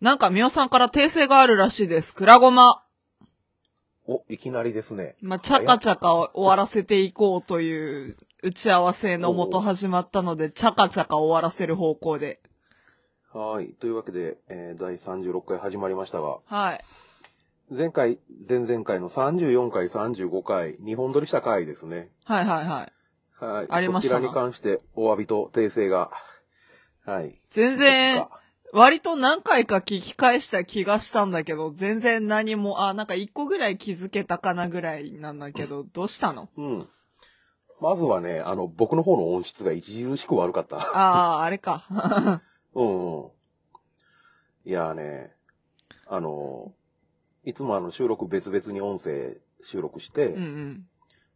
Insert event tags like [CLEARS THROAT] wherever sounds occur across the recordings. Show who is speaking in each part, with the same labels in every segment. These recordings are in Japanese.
Speaker 1: なんか、みおさんから訂正があるらしいです。くらごま。
Speaker 2: お、いきなりですね。
Speaker 1: まあ、ちゃかちゃか終わらせていこうという打ち合わせのもと始まったので、ちゃかちゃか終わらせる方向で。
Speaker 2: はい。というわけで、えー、第36回始まりましたが、
Speaker 1: はい。
Speaker 2: 前回、前々回の34回、35回、2本撮りした回ですね。
Speaker 1: はいはいはい。
Speaker 2: はい。
Speaker 1: ありましたな
Speaker 2: そちらに関して、お詫びと訂正が。はい。
Speaker 1: 全
Speaker 2: いく
Speaker 1: 然
Speaker 2: つ、か
Speaker 1: 割と何回か聞き返した気がしたんだけど、全然何も、あ、なんか一個ぐらい気づけたかなぐらいなんだけど、どうしたの
Speaker 2: うん。まずはね、あの、僕の方の音質が著しく悪かった。 [LAUGHS]
Speaker 1: ああ、あれか。
Speaker 2: うんうん。いやーね、あの、いつもあの収録別々に音声収録して、
Speaker 1: うん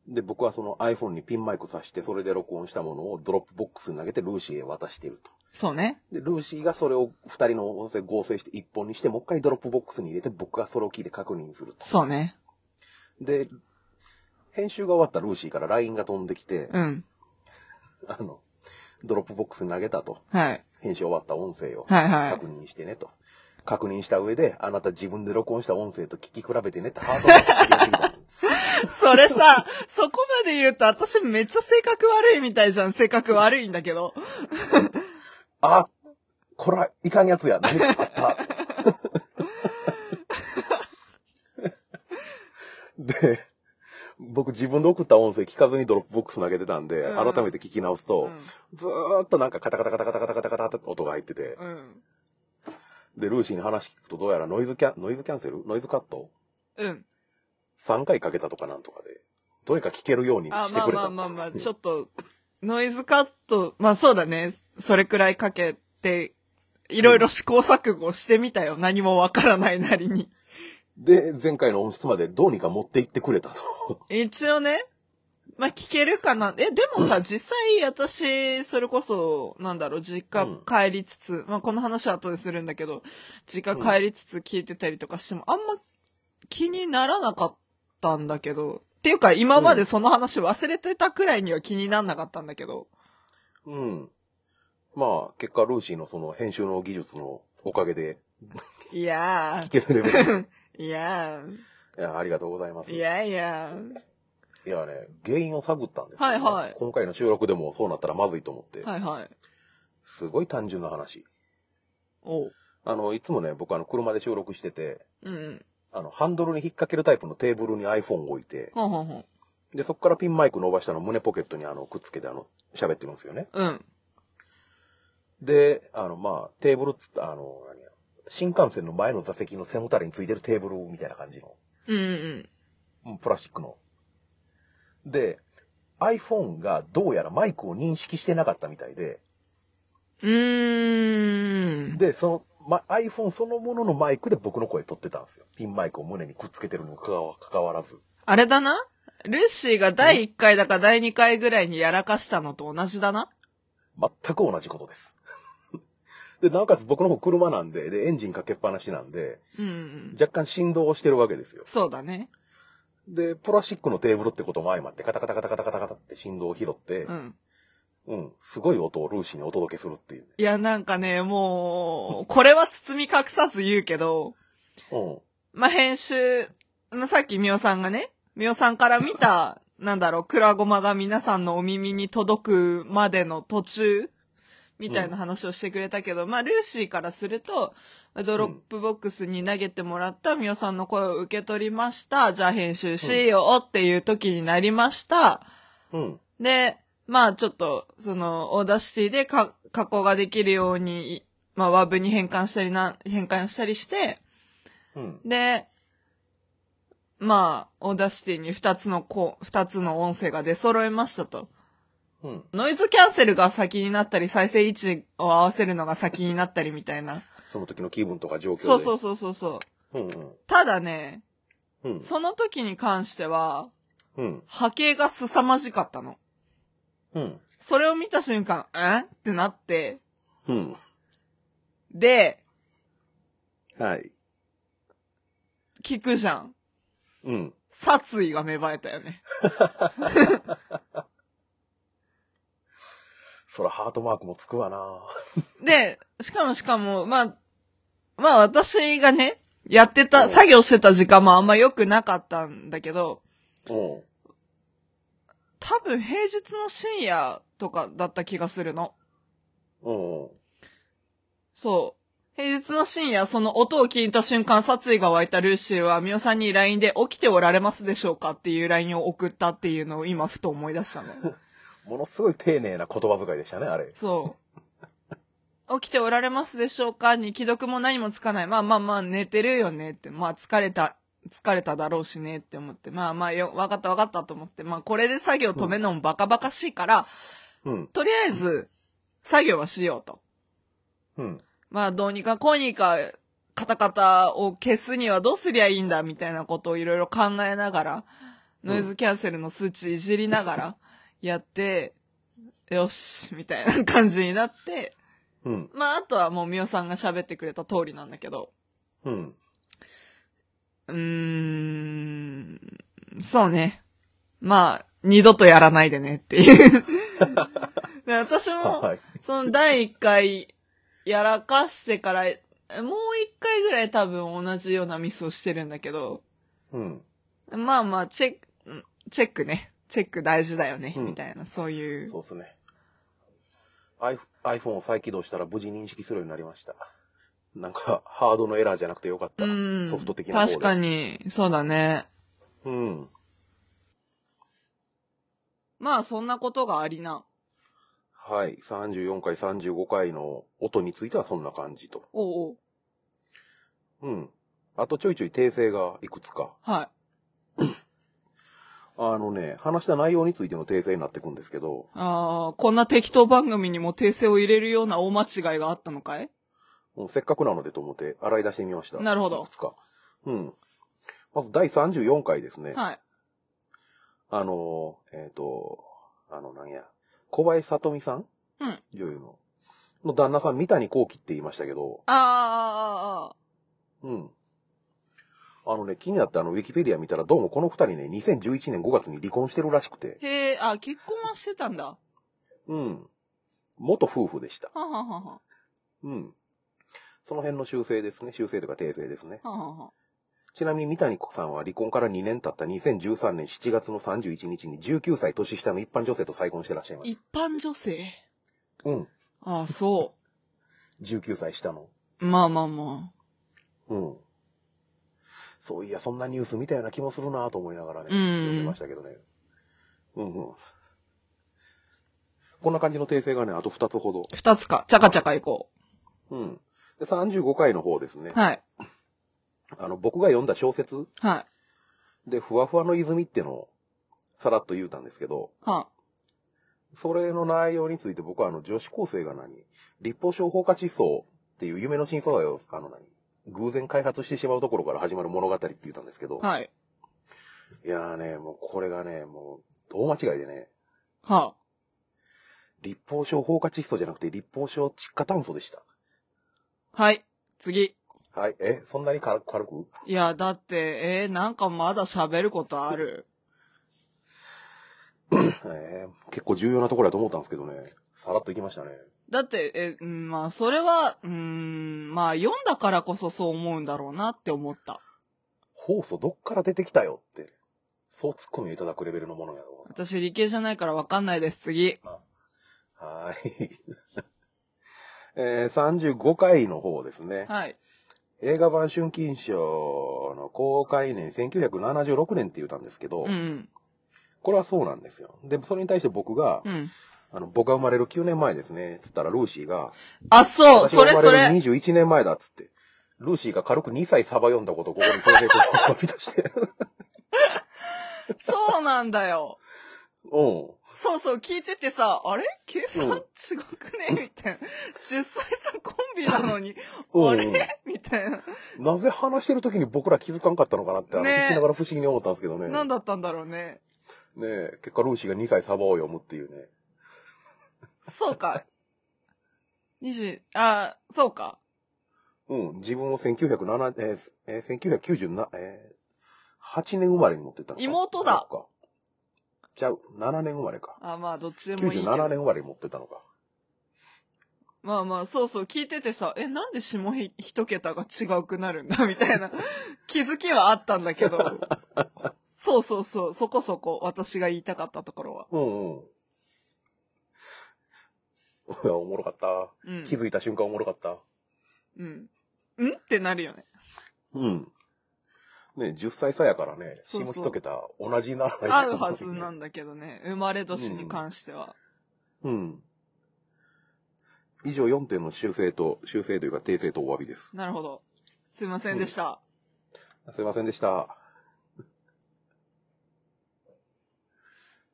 Speaker 1: うん。
Speaker 2: で、僕はその iPhone にピンマイク挿して、それで録音したものをドロップボックスに投げてルーシーへ渡していると。
Speaker 1: そうね。
Speaker 2: で、ルーシーがそれを二人の音声合成して一本にして、もう一回ドロップボックスに入れて、僕がそれを聞いて確認すると。
Speaker 1: そうね。
Speaker 2: で、編集が終わったルーシーから LINE が飛んできて、
Speaker 1: うん。
Speaker 2: あの、ドロップボックスに投げたと。
Speaker 1: はい。
Speaker 2: 編集終わった音声を
Speaker 1: はいはい
Speaker 2: 確認してねと。確認した上で、あなた自分で録音した音声と聞き比べてねってハートマークつけてきたの
Speaker 1: それさ、そこまで言うと私めっちゃ性格悪いみたいじゃん。性格悪いんだけど。
Speaker 2: あ、こら、いかんやつや。何かあ
Speaker 1: [LAUGHS]
Speaker 2: った。で、僕自分で送った音声聞かずにドロップボックス投げてたんで、
Speaker 1: うん
Speaker 2: 改めて聞き直すと、ずーっとなんかカタカタカタカタカタカタカタって音が入ってて、
Speaker 1: うん。うん。
Speaker 2: で、ルーシーに話聞くとどうやらノイズキャン、ノイズキャンセルノイズカット
Speaker 1: うん。
Speaker 2: 3回かけたとかなんとかで、どうにか聞けるように
Speaker 1: あ
Speaker 2: し、て
Speaker 1: まあ
Speaker 2: くれ
Speaker 1: ま
Speaker 2: た
Speaker 1: あ
Speaker 2: ん
Speaker 1: まあまあ、
Speaker 2: です
Speaker 1: ちょっと、ノイズカット、まあそうだね。それくらいかけて、いろいろ試行錯誤してみたよ。何もわからないなりに。
Speaker 2: で、前回の音質までどうにか持って行ってくれたと。
Speaker 1: 一応ね、まあ聞けるかな。え、でもさ、実際私、それこそ、なんだろう、実家
Speaker 2: うん
Speaker 1: 帰りつつ、まあこの話は後でするんだけど、実家帰りつつ聞いてたりとかしても、あんま気にならなかったんだけど、っていうか今までその話忘れてたくらいには気になんなかったんだけど、
Speaker 2: うん。まあ、結果、ルーシーのその編集の技術のおかげで
Speaker 1: いや
Speaker 2: 聞けるレベ
Speaker 1: [LAUGHS]
Speaker 2: ル。
Speaker 1: ー、いや
Speaker 2: いや、ありがとうございます。
Speaker 1: ー、い
Speaker 2: いや
Speaker 1: やいや
Speaker 2: ね、原因を探ったんですよ
Speaker 1: はいはい
Speaker 2: 今回の収録でもそうなったらまずいと思って。
Speaker 1: ー、はいはい。
Speaker 2: すごい単純な話。
Speaker 1: おう。
Speaker 2: あの、いつもね、僕あの、車で収録してて、
Speaker 1: うんうん。
Speaker 2: あの、ハンドルに引っ掛けるタイプのテーブルに iPhone を置いて、
Speaker 1: ほんほんほん。
Speaker 2: で、そこからピンマイク伸ばしたの胸ポケットにあの、くっつけてあの、喋ってるんですよね。
Speaker 1: うん。
Speaker 2: で、あの、まあ、テーブルっつった、あの、何や、新幹線の前の座席の背もたれについてるテーブルみたいな感じの、
Speaker 1: うんうん
Speaker 2: うんプラスチックの。で、iPhone がどうやらマイクを認識してなかったみたいで、
Speaker 1: うん。うーん。
Speaker 2: で、その、ま、iPhone そのもののマイクで僕の声取ってたんですよ。ピンマイクを胸にくっつけてるにもかかわかかわらず。
Speaker 1: あれだなルーシーが第1回だか第2回ぐらいにやらかしたのと同じだな
Speaker 2: 全く同じことです。 [LAUGHS] で、なおかつ僕の方車なんで、で、エンジンかけっぱなしなんで、
Speaker 1: うんうん。
Speaker 2: 若干振動をしてるわけですよ。
Speaker 1: そうだね。
Speaker 2: で、プラスチックのテーブルってことも相まって、カタカタカタカタカタカタって振動を拾って、
Speaker 1: う
Speaker 2: うん、
Speaker 1: ん。
Speaker 2: すごい音をルーシーにお届けするっていう。
Speaker 1: いや、なんかね、もう、これは包み隠さず言うけど、
Speaker 2: うん。
Speaker 1: まあ、編集、まあ、さっきみおさんがね、みおさんから見た、なんだろう、くらごまが皆さんのお耳に届くまでの途中、みたいな話をしてくれたけど、まあ、ルーシーからすると、ドロップボックスに投げてもらったみおさんの声を受け取りました。じゃあ編集しようっていう時になりました。
Speaker 2: うん。
Speaker 1: で、まあちょっと、その、オーダーシティでか加工ができるように、まあ WAV に変換したりな、変換したりして、
Speaker 2: うん。
Speaker 1: で、まあ、オーダーシティに2つのこう、二つの音声が出揃えましたと。
Speaker 2: うん。
Speaker 1: ノイズキャンセルが先になったり、再生位置を合わせるのが先になったりみたいな。
Speaker 2: その時の気分とか状況で。。
Speaker 1: そうそううそうそうそう。
Speaker 2: うんうん。
Speaker 1: ただね、
Speaker 2: うん。
Speaker 1: その時に関しては、
Speaker 2: うん。
Speaker 1: 波形が凄まじかったの。
Speaker 2: うん。
Speaker 1: それを見た瞬間、えってなって、
Speaker 2: うん。
Speaker 1: で、
Speaker 2: はい。
Speaker 1: 聞くじゃん。
Speaker 2: うん。
Speaker 1: 殺意が芽生えたよね。
Speaker 2: そらハートマークもつくわな
Speaker 1: で、しかもしかも、まあ、まあ私がね、やってた、作業してた時間もあんま良くなかったんだけど、
Speaker 2: うん。
Speaker 1: 多分平日の深夜とかだった気がするの。
Speaker 2: うん。うん
Speaker 1: そう。平日の深夜、その音を聞いた瞬間殺意が湧いたルーシーは、ミオさんに LINE で起きておられますでしょうかっていう LINE を送ったっていうのを今ふと思い出したの。
Speaker 2: ものすごい丁寧な言葉遣いでしたね、あれ。
Speaker 1: そう。起きておられますでしょうかに既読も何もつかない。まあまあまあ寝てるよねって。まあ疲れた、疲れただろうしねって思って。まあまあよ、わかったわかったと思って。まあこれで作業止めるのもバカバカしいから、
Speaker 2: うん。
Speaker 1: とりあえず作業はしようと。
Speaker 2: うん。
Speaker 1: まあどうにかこうにかカタカタを消すにはどうすりゃいいんだみたいなことをいろいろ考えながら、
Speaker 2: うん
Speaker 1: ノイズキャンセルの数値いじりながらやって、よし、みたいな感じになって、
Speaker 2: うん。
Speaker 1: まああとはもうみおさんが喋ってくれた通りなんだけど、
Speaker 2: うん。
Speaker 1: うーん、そうね。まあ、二度とやらないでねっていう。で私も、
Speaker 2: はい。
Speaker 1: その第一回やらかしてから、もう一回ぐらい多分同じようなミスをしてるんだけど、
Speaker 2: うん。
Speaker 1: まあまあ、チェック、んチェックね。チェック大事だよね、
Speaker 2: うん
Speaker 1: みたいな、そういう。
Speaker 2: そうですね。iPhone- iPhone を再起動したら無事認識するようになりました。なんか、ハードのエラーじゃなくてよかった。
Speaker 1: うん。
Speaker 2: ソフト的な方で。
Speaker 1: 確か。に、そうだね。
Speaker 2: うん。
Speaker 1: まあ、そんなことがありな。
Speaker 2: はい。34回、35回の音についてはそんな感じと。
Speaker 1: おうおう。
Speaker 2: うん。あとちょいちょい訂正がいくつか。
Speaker 1: は
Speaker 2: あのね、話した内容についての訂正になってくんですけど
Speaker 1: い。、ああ、こんな適当番組にも訂正を入れるような大間違いがあったのかい
Speaker 2: もうせっかくなのでと思って洗い出してみました。
Speaker 1: なるほど
Speaker 2: いくつか。うん。まず第34回ですね。
Speaker 1: はい。
Speaker 2: あのー、えっ、と、あの、なんや、小林聡美さん
Speaker 1: うん。
Speaker 2: 女優の。の旦那さん、三谷幸喜って言いましたけど、
Speaker 1: ああ、ああ、ああ。
Speaker 2: うん。あのね、気になってあの、ウィキペディア見たら、どうもこの二人ね、2011年5月に離婚してるらしくて、
Speaker 1: へえ、あ、結婚はしてたんだ。は
Speaker 2: うん。元夫婦でした。
Speaker 1: あ、はあはあは
Speaker 2: うん。その辺の修正ですね。修正というか訂正ですね。
Speaker 1: あ、はあはあはあ。
Speaker 2: ちなみに三谷さんは離婚から2年経った2013年7月の31日に19歳年下の一般女性と再婚してらっしゃいます。
Speaker 1: 一般女性
Speaker 2: うん。
Speaker 1: ああ、そ
Speaker 2: 19歳下の。
Speaker 1: う。まあまあま
Speaker 2: うん。そういや、そんなニュース見たような気もするなと思いながらね、
Speaker 1: うん
Speaker 2: 読んでましたけどね。うんうん。こんな感じの訂正がね、あと2つほど
Speaker 1: あ。。二つか。ちゃかちゃかいこ
Speaker 2: うん。で、35回の方ですね。
Speaker 1: う。はい。
Speaker 2: あの、僕が読んだ小説
Speaker 1: はい。
Speaker 2: で、ふわふわの泉ってのを、さらっと言うたんですけど、
Speaker 1: は
Speaker 2: それの内容について僕はあの女子高生が何立法商法化思想っていう夢の真相愛をあの何偶然開発してしまうところから始まる物語って言ったんですけど、
Speaker 1: あ。はい。
Speaker 2: いやーね、もうこれがね、もう大間違いでね、
Speaker 1: は
Speaker 2: 立法商法化窒素じゃなくて立法商窒化炭素でした。
Speaker 1: あ。はい。次。
Speaker 2: はい、え、そんなに軽軽く [COUGHS]
Speaker 1: いや、だって、えー、なんかまだ喋ることある。
Speaker 2: えー結構重要なところだと思ったんですけどね、さらっといきましたね。
Speaker 1: だって、え、うんまあ、それは、うーん、まあ、読んだからこそそう思うんだろうなって思った。
Speaker 2: 酵素どっから出てきたよって、そうツッコミをいただくレベルのものやろうな。
Speaker 1: 私、理系じゃないからわかんないです。次。
Speaker 2: はーい。 [LAUGHS] えー、35回の方ですね。
Speaker 1: はい。
Speaker 2: 映画版春金賞の公開年1976年って言ったんですけど、
Speaker 1: うん。
Speaker 2: これはそうなんですよ。で、それに対して僕が、
Speaker 1: うん。
Speaker 2: あの、僕が生まれる9年前ですね、つったらルーシーが、
Speaker 1: あ、そう、
Speaker 2: 私
Speaker 1: そ
Speaker 2: が
Speaker 1: れ
Speaker 2: 生
Speaker 1: そ
Speaker 2: まれる
Speaker 1: れ。
Speaker 2: 21年前だっつって、ルーシーが軽く2歳サバ読んだことをここにプレゼントを呼び出して、 [LAUGHS]
Speaker 1: そうなんだよ。
Speaker 2: うん。
Speaker 1: そうそう、聞いててさ、あれ計算
Speaker 2: うん
Speaker 1: 違くねみたいな。10歳差コンビなの
Speaker 2: [LAUGHS]
Speaker 1: に、
Speaker 2: うん
Speaker 1: あれみたいな。
Speaker 2: なぜ話してる時に僕ら気づかんかったのかなって、あの、
Speaker 1: ねえ
Speaker 2: 聞きながら不思議に思ったんですけどね。
Speaker 1: 何
Speaker 2: ね
Speaker 1: だったんだろうね。
Speaker 2: え結果ルーシーが2歳サバを読むっていうね。
Speaker 1: そうか。20、あ、そうか。
Speaker 2: うん、自分を1907、えーえー、1997、えー、8年生まれに持ってったのか
Speaker 1: 妹だ
Speaker 2: そっかちゃう、7年生まれか。
Speaker 1: あ、まあ、どっちでもいいけど。
Speaker 2: 97年生まれに持ってたのか。
Speaker 1: まあまあ、そうそう、聞いててさ、え、なんで下ひ一桁が違うくなるんだみ [LAUGHS] たいな気づきはあったんだけ
Speaker 2: [LAUGHS]
Speaker 1: ど。そうそうそう、そこそこ私が言いたかったところは。
Speaker 2: うん [LAUGHS] うん。うわおもろかった。
Speaker 1: うん。
Speaker 2: 気づいた瞬間おもろかった。
Speaker 1: うん。んってなるよね。
Speaker 2: うん。ね10歳差やからね、
Speaker 1: そ
Speaker 2: 下
Speaker 1: うそう
Speaker 2: 一桁同じにならない
Speaker 1: 合うはずな
Speaker 2: だ。
Speaker 1: んだけどね、生まれ年に関しては。
Speaker 2: うん。以上4点の修正と、修正というか訂正とお詫びです。
Speaker 1: なるほど。すいませんでした。
Speaker 2: すいませんでした。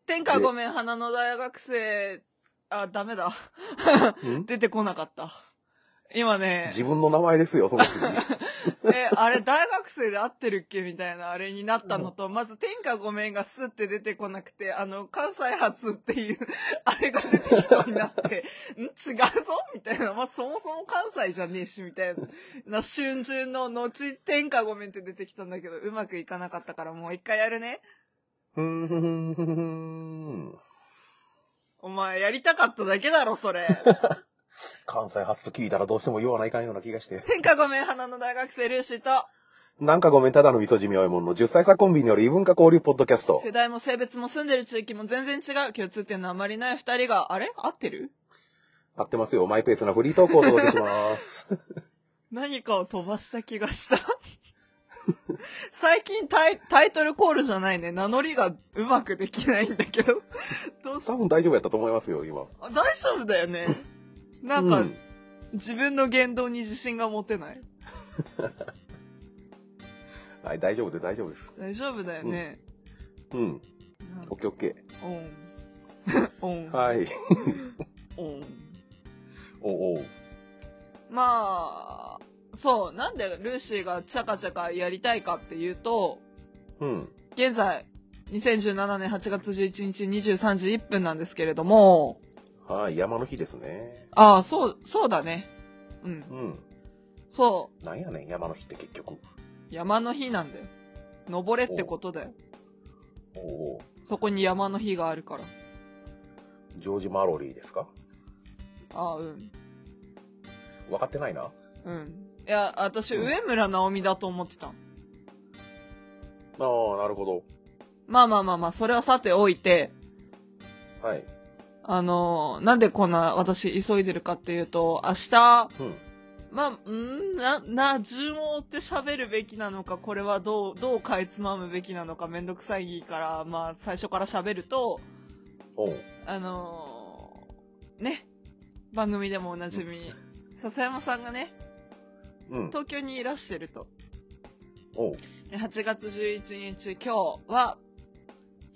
Speaker 1: 天下ごめん、花の大学生、あ、ダメだ。
Speaker 2: ん
Speaker 1: 出てこなかった。今ね、
Speaker 2: 自分の名前ですよ、その次。
Speaker 1: え、あれ大学生で合ってるっけみたいなあれになったのと、まず天下ごめんがスって出てこなくて、あの、関西発っていう、 [LAUGHS] あれが出てきそうになって、ん違うぞみたいな、まあ、そもそも関西じゃねえし、みたいな、春秋の後、天下ごめんって出てきたんだけど、うまくいかなかったからもう一回やるね。
Speaker 2: ふんふんふんふんふん。
Speaker 1: お前やりたかっただけだろ、それ。
Speaker 2: 関西発と聞いたらどうしても言わないかんような気がして。
Speaker 1: 天下ごめん、花の大学生ルーシーと、
Speaker 2: なんかごめん、ただの味噌じみおいもんの10歳差コンビによる異文化交流ポッドキャスト。
Speaker 1: 世代も性別も住んでる地域も全然違う、共通点のあまりない二人が、あれ合ってる
Speaker 2: 合ってますよ。マイペースなフリートークをお届けし
Speaker 1: [LAUGHS]
Speaker 2: ます。
Speaker 1: 何かを飛ばした気がした。 [LAUGHS] 最近タイタイトルコールじゃないね。名乗りがうまくできないんだけど。どうし
Speaker 2: 多分大丈夫やったと思いますよ、今。
Speaker 1: あ大丈夫だよね。なんか、
Speaker 2: うん
Speaker 1: 自分の言動に自信が持てない。
Speaker 2: はい、大丈夫で大丈夫です。
Speaker 1: 大丈夫だよね。
Speaker 2: うん。
Speaker 1: なん
Speaker 2: オ
Speaker 1: か
Speaker 2: ッケーオッケ
Speaker 1: オン。 [LAUGHS] オン
Speaker 2: ー。。はい。
Speaker 1: オン。
Speaker 2: おうおう。
Speaker 1: まあ、そう。なんでルーシーがチャカチャカやりたいかっていうと、
Speaker 2: うん。
Speaker 1: 現在、2017年8月11日23時1分なんですけれども、
Speaker 2: はい、山の日ですね。
Speaker 1: ああ、そう、そうだね。うん。
Speaker 2: うん。
Speaker 1: そ
Speaker 2: なんやねん、山の日って結局。
Speaker 1: う。山の日なんだよ。登れってことだよ。
Speaker 2: おうおう。
Speaker 1: そこに山の日があるから。
Speaker 2: ジョージ・マロリーですか
Speaker 1: ああ、うん。
Speaker 2: 分かってないな。
Speaker 1: うん。いや、私、
Speaker 2: うん
Speaker 1: 上村直美だと思ってた。
Speaker 2: ああ、なるほ
Speaker 1: まあまあまあまあ、それはさておいて、
Speaker 2: ど。はい。
Speaker 1: あのーなんでこんな私急いでるかっていうと、明日、
Speaker 2: うん。
Speaker 1: まあ、んな、な、順を追って喋るべきなのか、これはどう、どうかいつまむべきなのかめんどくさいから、まあ、最初から喋ると、
Speaker 2: おう。
Speaker 1: あのーね、番組でもおなじみ、笹山さんがね、
Speaker 2: うん。
Speaker 1: 東京にいらしてると。
Speaker 2: おう。
Speaker 1: で8月11日、今日は、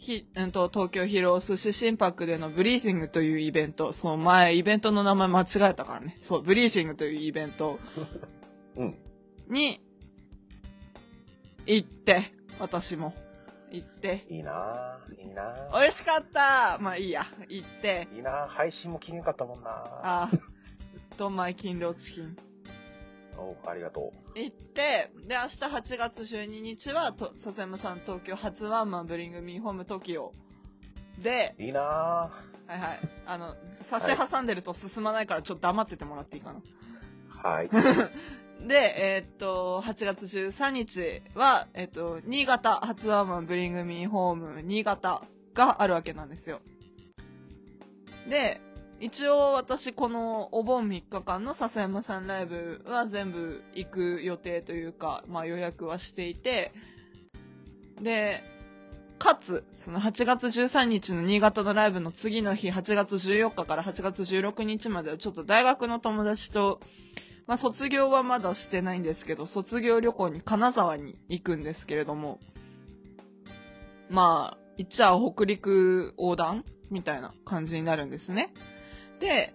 Speaker 1: ひ、うんと、東京広尾寿司新泊でのブリージングというイベント、そう、前、イベントの名前間違えたからね。そう、ブリージングというイベント
Speaker 2: うん。
Speaker 1: に、行って、私も、行って、
Speaker 2: いいなぁ。いいなぁ。
Speaker 1: 美味しかったまあいいや、行って、
Speaker 2: いいなぁ。配信も機嫌かったもんなぁ。
Speaker 1: あ、 [LAUGHS] ドンマイ勤労チキン。
Speaker 2: おう、ありがと
Speaker 1: 行って、で、明日8月12日は、と笹山さん東京初ワンマンブリングミーホーム TOKIO で、
Speaker 2: う。いいな
Speaker 1: はいはい、あの、差し挟んでると進まないからちょっと黙っててもらっていいかな。
Speaker 2: ぁ。
Speaker 1: [LAUGHS]
Speaker 2: はい。
Speaker 1: で、えーっと、8月13日は、えーっと、新潟初ワンマンブリングミーホーム新潟があるわけなんですよ。で、一応私このお盆3日間の笹山さんライブは全部行く予定というか、まあ予約はしていて、で、かつ、その8月13日の新潟のライブの次の日、8月14日から8月16日まではちょっと大学の友達と、まあ卒業はまだしてないんですけど、卒業旅行に金沢に行くんですけれども、まあ、いっちゃ北陸横断みたいな感じになるんですね。で、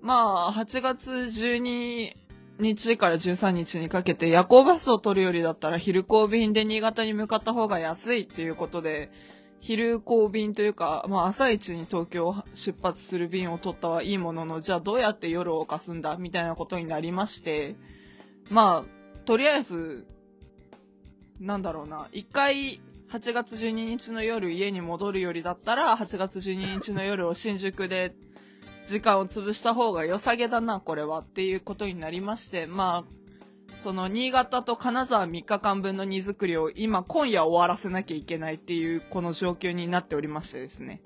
Speaker 1: まあ、8月12日から13日にかけて夜行バスを取るよりだったら昼行便で新潟に向かった方が安いっていうことで、昼行便というか、まあ朝一に東京を出発する便を取ったはいいものの、じゃあどうやって夜を明かすんだみたいなことになりまして、まあ、とりあえず、なんだろうな、一回、8月12日の夜家に戻るよりだったら、8月12日の夜を新宿で時間を潰した方が良さげだな、これはっていうことになりまして、まあ、その新潟と金沢3日間分の荷造りを今、今夜終わらせなきゃいけないっていうこの状況になっておりましてですね。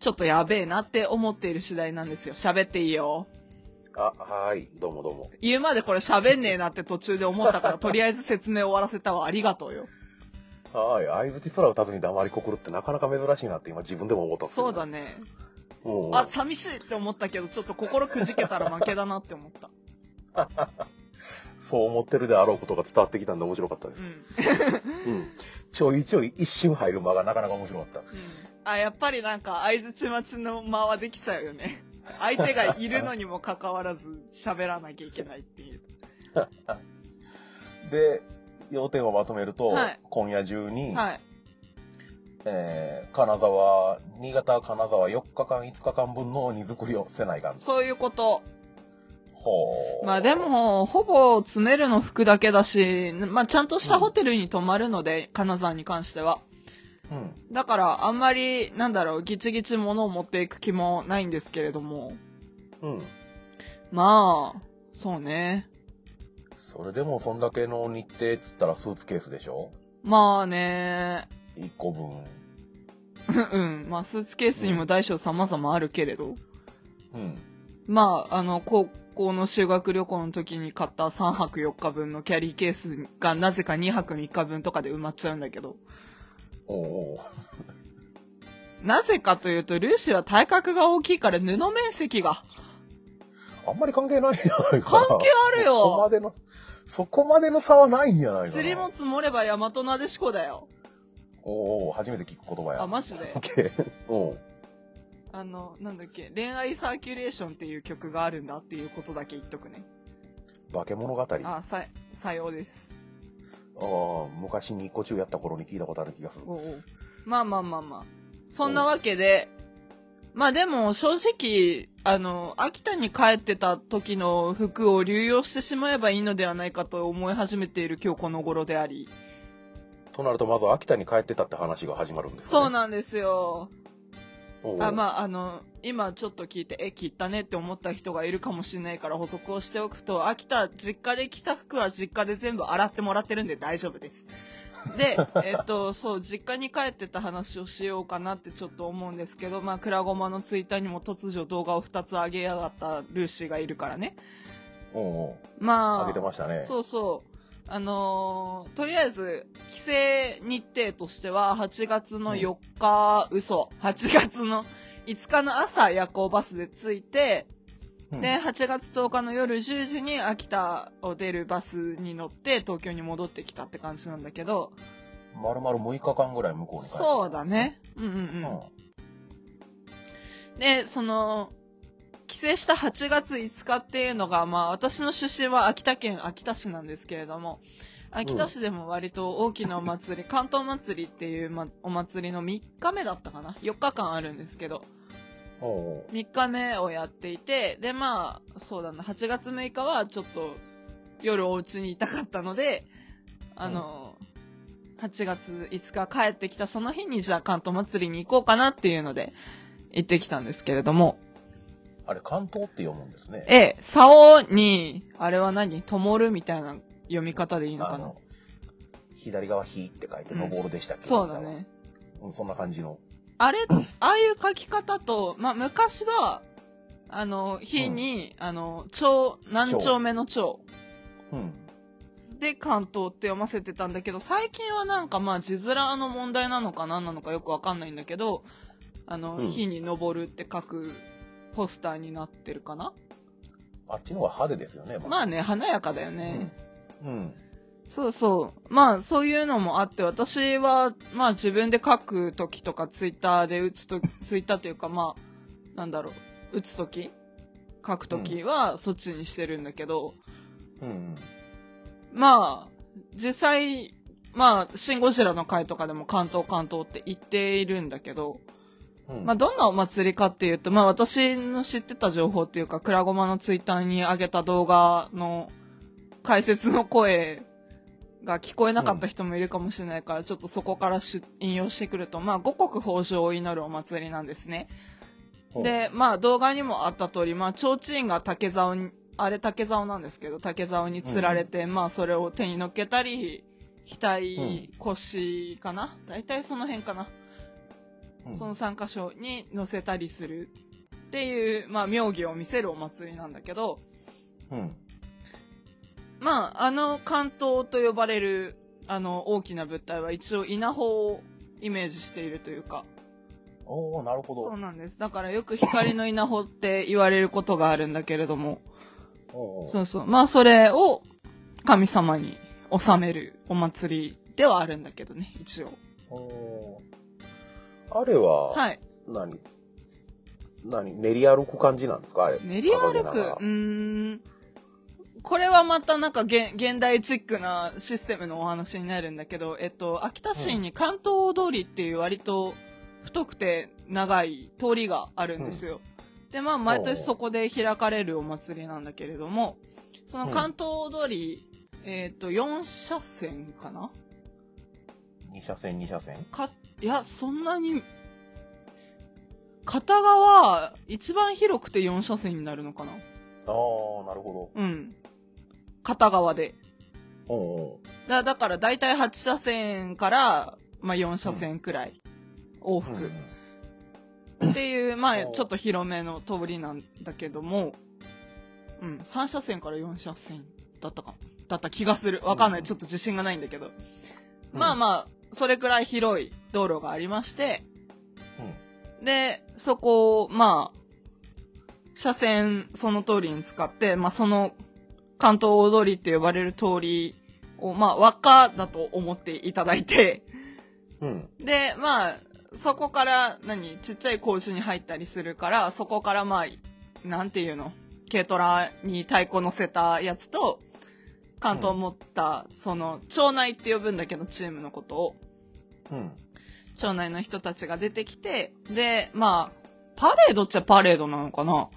Speaker 1: ちょっとやべえなって思っている次第なんですよ。喋っていいよ。
Speaker 2: あ、はーい。どうもどうも。
Speaker 1: 言うまでこれ喋んねえなって途中で思ったから、とりあえず説明終わらせたわ。ありがとうよ。
Speaker 2: はーい。相槌空を立つに黙りこくるってなかなか珍しいなって今自分でも思ったっすけど
Speaker 1: そうだね。
Speaker 2: うんうん
Speaker 1: あ、寂しいって思ったけど、ちょっと心くじけたら負けだなって思った。
Speaker 2: そう思ってるであろうことが伝わってきたんで面白かったで
Speaker 1: う
Speaker 2: す。
Speaker 1: ん。
Speaker 2: うん。ちょいちょい一瞬入る間がなかなか面白かった。
Speaker 1: あ、やっぱりなんか、相づち待ちの間はできちゃうよね。相手がいるのにもかかわらず、喋らなきゃいけないっていう。
Speaker 2: で、要点をまとめると、
Speaker 1: はい
Speaker 2: 今夜中に、
Speaker 1: はい。
Speaker 2: えー金沢、新潟、金沢4日間、5日間分の荷造りをせないかん。
Speaker 1: そういうこと。
Speaker 2: ほう。
Speaker 1: まあで、も、ほぼ詰めるの服だけだし、まあちゃんとしたホテルに泊まるので、金沢に関しては。
Speaker 2: うん。
Speaker 1: だから、あんまり、なんだろう、ギチギチ物を持っていく気もないんですけれども。
Speaker 2: うん。
Speaker 1: まあ、そうね。
Speaker 2: それでもそんだけの日程っつったらスーツケースでしょ
Speaker 1: まあね、 [LAUGHS]
Speaker 2: ?1 個分。
Speaker 1: うん、まあスーツケースにも大小様々あるけれど。
Speaker 2: うん。
Speaker 1: まあ、あの、高校の修学旅行の時に買った3泊4日分のキャリーケースがなぜか2泊3日分とかで埋まっちゃうんだけど。
Speaker 2: おうおう
Speaker 1: なぜかというと、ルーシーは体格が大きいから布面積
Speaker 2: [LAUGHS]
Speaker 1: が。
Speaker 2: あんまり関係ないんじゃないかな。
Speaker 1: 関係あるよ
Speaker 2: そこまでの、そこまでの差はないんじゃないかな。
Speaker 1: 釣りも積もれば大和なでしこだよ。
Speaker 2: おうおう初めて聞く言葉や。
Speaker 1: あ、マジで。 [LAUGHS]
Speaker 2: OK うん。
Speaker 1: あの、なんだっけ、恋愛サーキュレーションっていう曲があるんだっていうことだけ言っとくね。
Speaker 2: 化け物語。あ
Speaker 1: あ、さ、さようです。
Speaker 2: あ、昔に一個中やった頃に聞いたことある気がする。
Speaker 1: おうおうまあまあまあまあ。そんなわけで、まあでも正直、あの、秋田に帰ってた時の服を流用してしまえばいいのではないかと思い始めている今日この頃であり。
Speaker 2: となると、まず秋田に帰ってたって話が始まるんです、ね。
Speaker 1: そうなんですよ。
Speaker 2: おうおう
Speaker 1: あ、まああの、今ちょっと聞いて、え、切ったねって思った人がいるかもしれないから補足をしておくと、秋田、実家で着た服は実家で全部洗ってもらってるんで大丈夫です。
Speaker 2: [LAUGHS]
Speaker 1: で、えっと、そう、実家に帰ってた話をしようかなってちょっと思うんですけど、まあ、クラゴマのツイッターにも突如動画を2つ上げやがったルーシーがいるからね。
Speaker 2: おうおう
Speaker 1: まあ、
Speaker 2: あげてましたね。
Speaker 1: そうそう。あのーとりあえず、帰省日程としては、8月の4日、嘘、8月の5日の朝、夜行バスで着いて、
Speaker 2: うん
Speaker 1: で、8月10日の夜10時に秋田を出るバスに乗って、東京に戻ってきたって感じなんだけど、
Speaker 2: まるまる6日間ぐらい向こうに帰ってた
Speaker 1: そうだ。ね。うんうん
Speaker 2: う。
Speaker 1: うんん。で、その、帰省した8月5日っていうのが、まあ私の出身は秋田県秋田市なんですけれども、秋田市でも割と大きなお祭り、関東祭りっていう、ま、お祭りの3日目だったかな ?4 日間あるんですけど、
Speaker 2: おうおう
Speaker 1: 3日目をやっていて、でまあ、そうだな、8月6日はちょっと夜お家にいたかったので、あの、8月5日帰ってきたその日にじゃあ関東祭りに行こうかなっていうので行ってきたんですけれども、
Speaker 2: あれ、関東って読むんですね。
Speaker 1: ええ、竿に、あれは何灯るみたいな読み方でいいの
Speaker 2: あ
Speaker 1: かな
Speaker 2: の、左側、火って書いて、
Speaker 1: うん
Speaker 2: のぼるでしたっけ、
Speaker 1: そうだね。
Speaker 2: うん。そんな感じの。
Speaker 1: あれ、ああいう書き方と、まあ、昔は、あの、日に、あの、町、何丁目の町
Speaker 2: うん。
Speaker 1: で関東って読ませてたんだけど、最近はなんかまあ、字面の問題なのか何なのかよくわかんないんだけど、あの、
Speaker 2: うん
Speaker 1: 日に登るって書くポスターになってるかな
Speaker 2: あっちの方が派手ですよね。
Speaker 1: まあね、華やかだよ
Speaker 2: あ
Speaker 1: ね。
Speaker 2: うん。うん。
Speaker 1: そうそう。まあ、そういうのもあって、私は、まあ自分で書くときとか、ツイッターで打つとき、 [LAUGHS] ツイッターというか、まあ、なんだろう、打つとき書くときは、そっちにしてるんだけど、
Speaker 2: うんうん。
Speaker 1: まあ、実際、まあ、シンゴジラの会とかでも関東関東って言っているんだけど、
Speaker 2: うん
Speaker 1: まあ、どんなお祭りかっていうと、まあ、私の知ってた情報っていうか、クラゴマのツイッターに上げた動画の解説の声が聞こえなかった人もいるかもしれないから、ちょっとそこからし引用してくると、まあ、五穀豊穣を祈るお祭りなんですね。で、まあ動画にもあった通り、まあ提灯が竹竿に、あれ竹竿なんですけど、竹竿に釣られて、まあそれを手に乗っけたり、額、腰かな大体その辺かな、
Speaker 2: うん
Speaker 1: その3箇所に乗せたりするっていう、まあ妙義を見せるお祭りなんだけど、
Speaker 2: うん。
Speaker 1: まあ、あの関東と呼ばれるあの大きな物体は一応稲穂をイメージしているというか
Speaker 2: おおなるほ
Speaker 1: そう
Speaker 2: ど。
Speaker 1: なんですだからよく光の稲穂って言われることがあるんだけれども
Speaker 2: おうおう
Speaker 1: そうそうまあそれを神様に納めるお祭りではあるんだけどね一応
Speaker 2: おーあれは、
Speaker 1: はい
Speaker 2: 何何練り歩く感じなんですかあれ。
Speaker 1: 練り歩
Speaker 2: 掲
Speaker 1: く
Speaker 2: げながら
Speaker 1: うーんこれはまたなんか現現代チックなシステムのお話になるんだけど、えっと、秋田市に関東通りっていう割と太くて長い通りがあるんですよ。でまあ毎年そこで開かれるお祭りなんだけれどもその関東通り、えっと4車線かな
Speaker 2: 二車線二車線
Speaker 1: かいやそんなに片側一番広くて4車線になるのかな
Speaker 2: ああなるほ
Speaker 1: うん。片側で。
Speaker 2: ど。おうおう
Speaker 1: だだから大体8車線から、まあ、4車線くらい往復っていう、まあ
Speaker 2: おう
Speaker 1: ちょっと広めの通りなんだけども、うん、3車線から4車線だったかだった気がするわかんな
Speaker 2: う
Speaker 1: い
Speaker 2: ん
Speaker 1: ちょっと自信がないんだけど、
Speaker 2: うん
Speaker 1: まあまあそれくらい広い道路がありましてでそこをまあ車線その通りに使って、まあ、その関東大通りって呼ばれる通りをまあ輪っかだと思っていただいて [LAUGHS]
Speaker 2: うん。うん。
Speaker 1: でまあそこから何ちっちゃい格子に入ったりするからそこからまあなんていうの軽トラに太鼓乗せたやつと関東持った、その町内って呼ぶんだけどチームのことを
Speaker 2: うん。
Speaker 1: 町内の人たちが出てきてでまあパレードっちゃパレードなのかな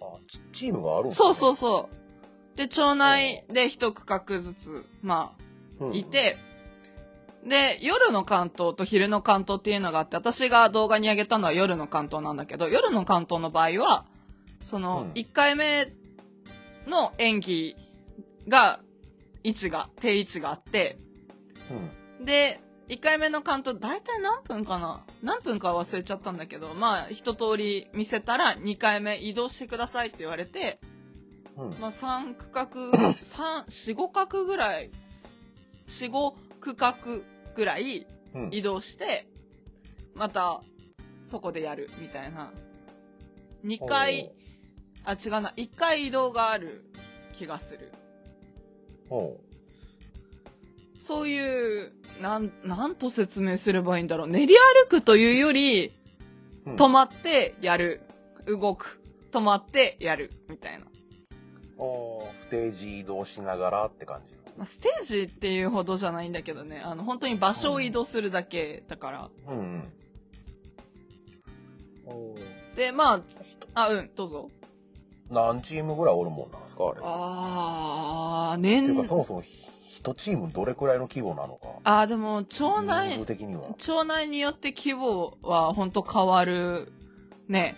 Speaker 2: あチチームがあるんですね
Speaker 1: そうそうそうで町内で一区画ずつまあ
Speaker 2: うん
Speaker 1: い。て、で、夜の関東と昼の関東っていうのがあって、私が動画に上げたのは夜の関東なんだけど、夜の関東の場合は、その
Speaker 2: うん、
Speaker 1: 1回目の演技が、位置が、定位置があって、
Speaker 2: うん。
Speaker 1: で、1回目の関東、だいたい何分かな何分か忘れちゃったんだけど、まあ、一通り見せたら、2回目移動してくださいって言われて、
Speaker 2: うん。
Speaker 1: まあ、3区画 [COUGHS] 三四5画ぐらい45区画ぐらい
Speaker 2: うん
Speaker 1: 移動してまたそこでやるみたいな2回あ違うな1回移動がある気がする
Speaker 2: おう。
Speaker 1: そういうなんなんと説明すればいいんだろう練り歩くというより
Speaker 2: うん
Speaker 1: 止まってやる動く止まってやるみたいな
Speaker 2: おうステージ移動しながらって感じ
Speaker 1: まあ、ステージっていうほどじゃないんだけどねあの本当に場所を移動するだけだから、
Speaker 2: の。うんうん。おう
Speaker 1: でまああうんどうぞ
Speaker 2: 何チームぐらいおるもんなんですかあれ。
Speaker 1: ああ
Speaker 2: って
Speaker 1: 年
Speaker 2: いうかそもそも一チームどれくらいの規模なのか。
Speaker 1: あーでも町
Speaker 2: 人
Speaker 1: 内
Speaker 2: 数的には。
Speaker 1: 町内によって規模は本当変わるね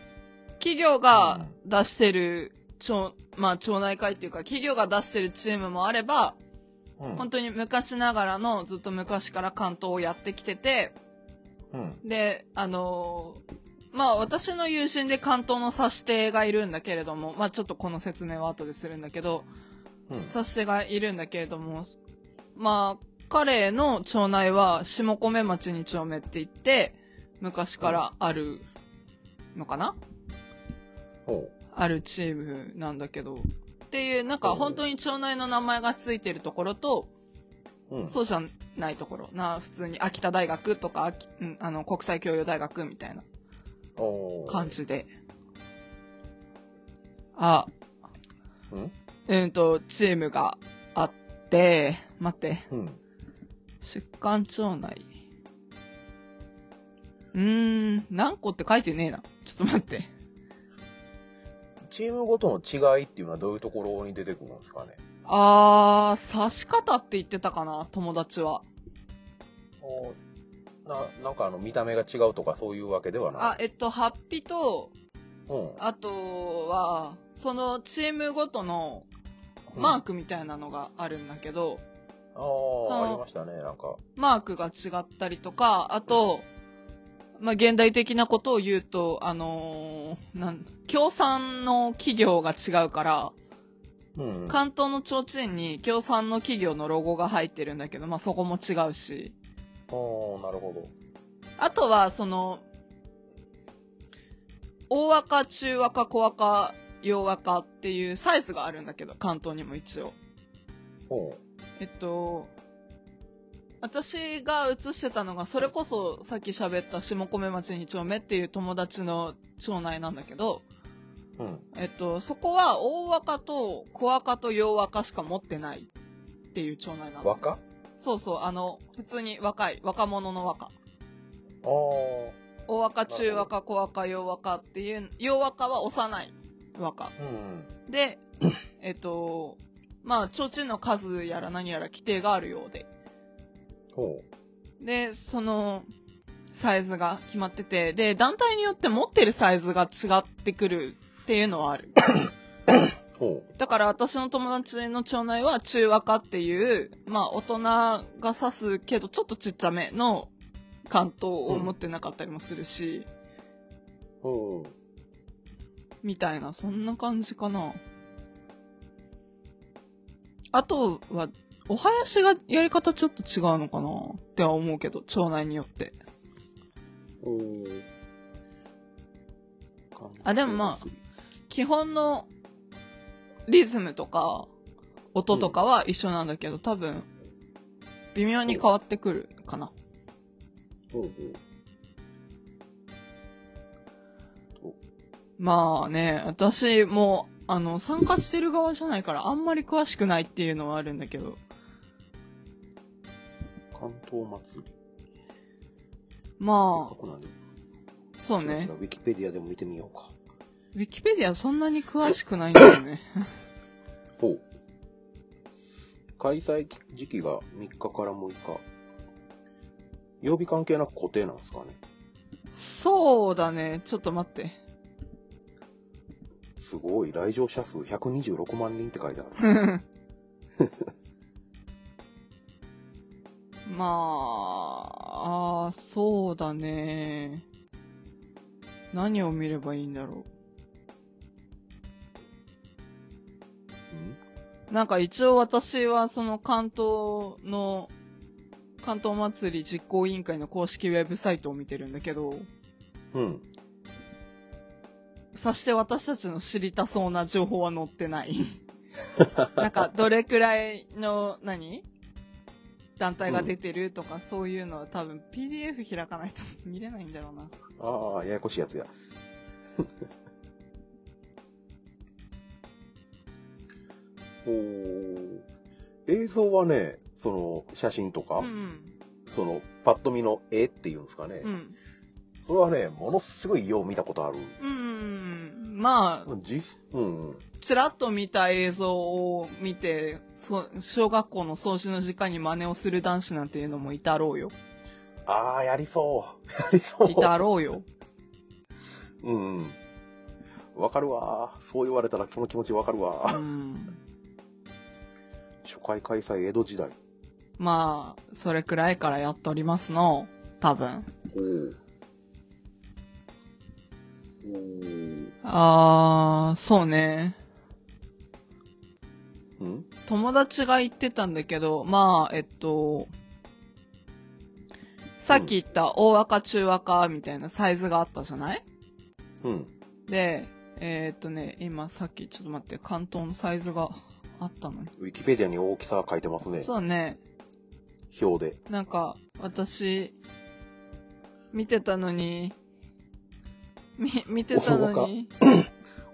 Speaker 1: 企業が出してる町,、まあ、町内会っていうか企業が出してるチームもあれば
Speaker 2: うん
Speaker 1: 本当に昔ながらのずっと昔から関東をやってきてて
Speaker 2: うん。
Speaker 1: であのーまあ私の友人で関東の指し手がいるんだけれどもまあちょっとこの説明は後でするんだけど
Speaker 2: うん。
Speaker 1: 指し手がいるんだけれどもまあ彼の町内は下米町2丁目って言って昔からあるのかな、
Speaker 2: おう
Speaker 1: あるチームなんだけどっていうなんか本当に町内の名前がついてるところと、
Speaker 2: うん。
Speaker 1: そうじゃないところな普通に秋田大学とか、秋うんあの国際教養大学みたいな
Speaker 2: おう
Speaker 1: 感。じで。あ、
Speaker 2: うん。
Speaker 1: うんと、チームがあって、待って、
Speaker 2: うん。
Speaker 1: 出館町内。うーん、何個って書いてねえな。ちょっと待って。
Speaker 2: チームごとの違いっていうのはどういうところに出てくるんですかね。
Speaker 1: あー、刺し方って言ってたかな、友達は。
Speaker 2: おうななんかあの見た目が違うとかそういうわけではない。
Speaker 1: あ、えっと、ハッピと、
Speaker 2: うん。
Speaker 1: あとは、そのチームごとのマークみたいなのがあるんだけど、
Speaker 2: ああ、
Speaker 1: の
Speaker 2: ありましたね、なんか。
Speaker 1: マークが違ったりとか、あと、まあ、現代的なことを言うと、あのーなん、協賛の企業が違うから、
Speaker 2: うん。
Speaker 1: 関東の提灯に協賛の企業のロゴが入ってるんだけど、まあ、そこも違うし。
Speaker 2: おーなるほど。
Speaker 1: あとは、その、大和か中和か小和か洋和かっていうサイズがあるんだけど、関東にも一応。
Speaker 2: おう
Speaker 1: えっと、私が映してたのが、それこそさっき喋った下米町2丁目っていう友達の町内なんだけど、
Speaker 2: うん。
Speaker 1: えっと、そこは大若と小若と洋若しか持ってないっていう町内なの。
Speaker 2: 若あ
Speaker 1: そうそう、あの、普通に若い、若者の若。
Speaker 2: あー、
Speaker 1: 大若、中若、小若、洋若っていう、洋若は幼い若。
Speaker 2: うん。
Speaker 1: で、えっと、まあ、提灯の数やら何やら規定があるようで。
Speaker 2: ほ
Speaker 1: で、その、サイズが決まってて、で、団体によって持ってるサイズが違ってくるっていうのはある。
Speaker 2: う。ほ
Speaker 1: だから私の友達の町内は中和歌っていう、まあ大人が指すけどちょっとちっちゃめの関東を持ってなかったりもするし、
Speaker 2: う。ほう。
Speaker 1: みたいな、そんな感じかな。あとは、お囃子がやり方ちょっと違うのかなっては思うけど、町内によって。
Speaker 2: ほう。
Speaker 1: あでもまあ基本のリズムとか音とかは一緒なんだけど、多分微妙に変わってくるかな。
Speaker 2: ほうほう。
Speaker 1: まあね、私もあの参加してる側じゃないからあんまり詳しくないっていうのはあるんだけど、
Speaker 2: 関東祭り。
Speaker 1: まあ、
Speaker 2: 過去なんで。
Speaker 1: そうね。
Speaker 2: ウィキペディアでも見てみようか。
Speaker 1: ウィキペディアそんなに詳しくないんだよ [LAUGHS] ね。
Speaker 2: ほう。開催時期が3日から6日。曜日関係なく固定なんですかね。
Speaker 1: そうだね、ちょっと待って。
Speaker 2: すごい。来場者数126万人って書いてあ
Speaker 1: [LAUGHS]
Speaker 2: る。
Speaker 1: まあ、あーそうだね。何を見ればいいんだろう。
Speaker 2: うん
Speaker 1: なんか一応私はその関東の、関東祭り実行委員会の公式ウェブサイトを見てるんだけど、
Speaker 2: うん。
Speaker 1: さして私たちの知りたそうな情報は載ってない。なんかどれくらいの何団体が出てるとかそういうのは多分 PDF 開かないと見れないんだろうな。
Speaker 2: ああ、ややこしいやつ [LAUGHS] や。おー映像はね、その写真とか、
Speaker 1: うん
Speaker 2: そのパッと見の絵っていうんですかね、
Speaker 1: うん。うん。
Speaker 2: それはね、ものすごいよう見たことある。
Speaker 1: うん。まあ、
Speaker 2: 実、うんうん。
Speaker 1: ちらっと見た映像を見て、そ小学校の掃除の時間に真似をする男子なんていうのもいたろうよ。
Speaker 2: ああ、やりそう。 [LAUGHS] やりそう。
Speaker 1: いたろうよ。
Speaker 2: うんうん。わかるわー。そう言われたらその気持ちわかるわ
Speaker 1: う
Speaker 2: ー。
Speaker 1: ん。
Speaker 2: 初回開催江戸時代。
Speaker 1: まあ、それくらいからやっておりますの。多分。
Speaker 2: おーおー
Speaker 1: あー、そうね。
Speaker 2: うん
Speaker 1: 友達が言ってたんだけど、まあ、えっと、さっき言った大赤中赤みたいなサイズがあったじゃない
Speaker 2: うん。
Speaker 1: で、えーっとね、今さっきちょっと待って、関東のサイズがあったのに。
Speaker 2: ウィキペディアに大きさ書いてますね。
Speaker 1: そうね。
Speaker 2: 表で。
Speaker 1: なんか、私、見てたのに、み、見てたのに。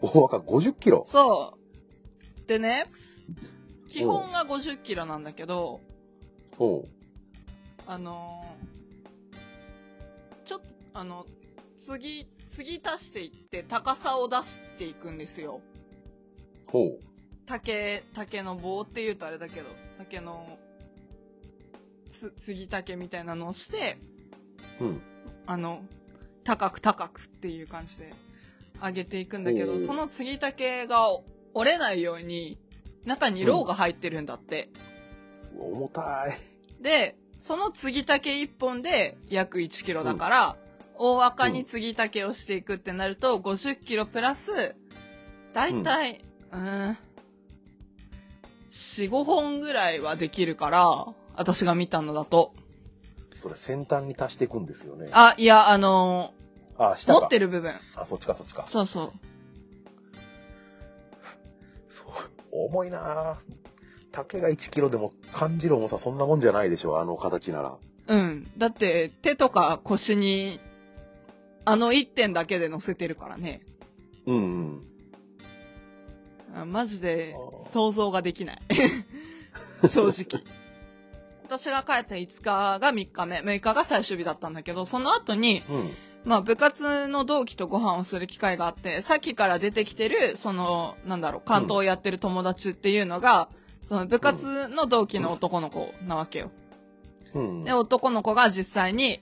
Speaker 2: 大赤50キロ。
Speaker 1: そう。でね、基本が50キロなんだけど、
Speaker 2: おう
Speaker 1: あのーちょっと、あの、次、次足していって高さを出していくんですよ。
Speaker 2: ほう。
Speaker 1: 竹、竹の棒って言うとあれだけど、竹の、つ、継ぎ竹みたいなのをして、
Speaker 2: うん。
Speaker 1: あの、高く高くっていう感じで上げていくんだけ
Speaker 2: お
Speaker 1: ど、
Speaker 2: う
Speaker 1: その継ぎ竹が折れないように、中にろうが入ってるんだって。
Speaker 2: うわ重たい。
Speaker 1: で、その継ぎ竹1本で約1キロだから、大赤に継ぎ竹をしていくってなると、50キロプラス、だいたい、うーん、4、5本ぐらいはできるから、私が見たのだと。
Speaker 2: それ先端に足していくんですよね。
Speaker 1: あ、いや、あの
Speaker 2: あ、
Speaker 1: ー
Speaker 2: 下
Speaker 1: 持
Speaker 2: か。
Speaker 1: ってる部分。
Speaker 2: あ、そっちかそっちか。
Speaker 1: そうそう。
Speaker 2: そう。重いなぁ竹が1キロでも感じる重さそんなもんじゃないでしょ、あの形なら。
Speaker 1: うん。だって、手とか腰に、あの一点だけで乗せてるからね。
Speaker 2: うんうん。
Speaker 1: あマジで
Speaker 2: あー
Speaker 1: 想像ができない。 [LAUGHS] 正直。 [LAUGHS] 私が帰った5日が3日目、6日が最終日だったんだけど、その後に、
Speaker 2: うん。
Speaker 1: まあ部活の同期とご飯をする機会があって、さっきから出てきてる、その、なんだろう、関東をやってる友達っていうのが、その部活の同期の男の子なわけよ。
Speaker 2: うん。
Speaker 1: で、男の子が実際に、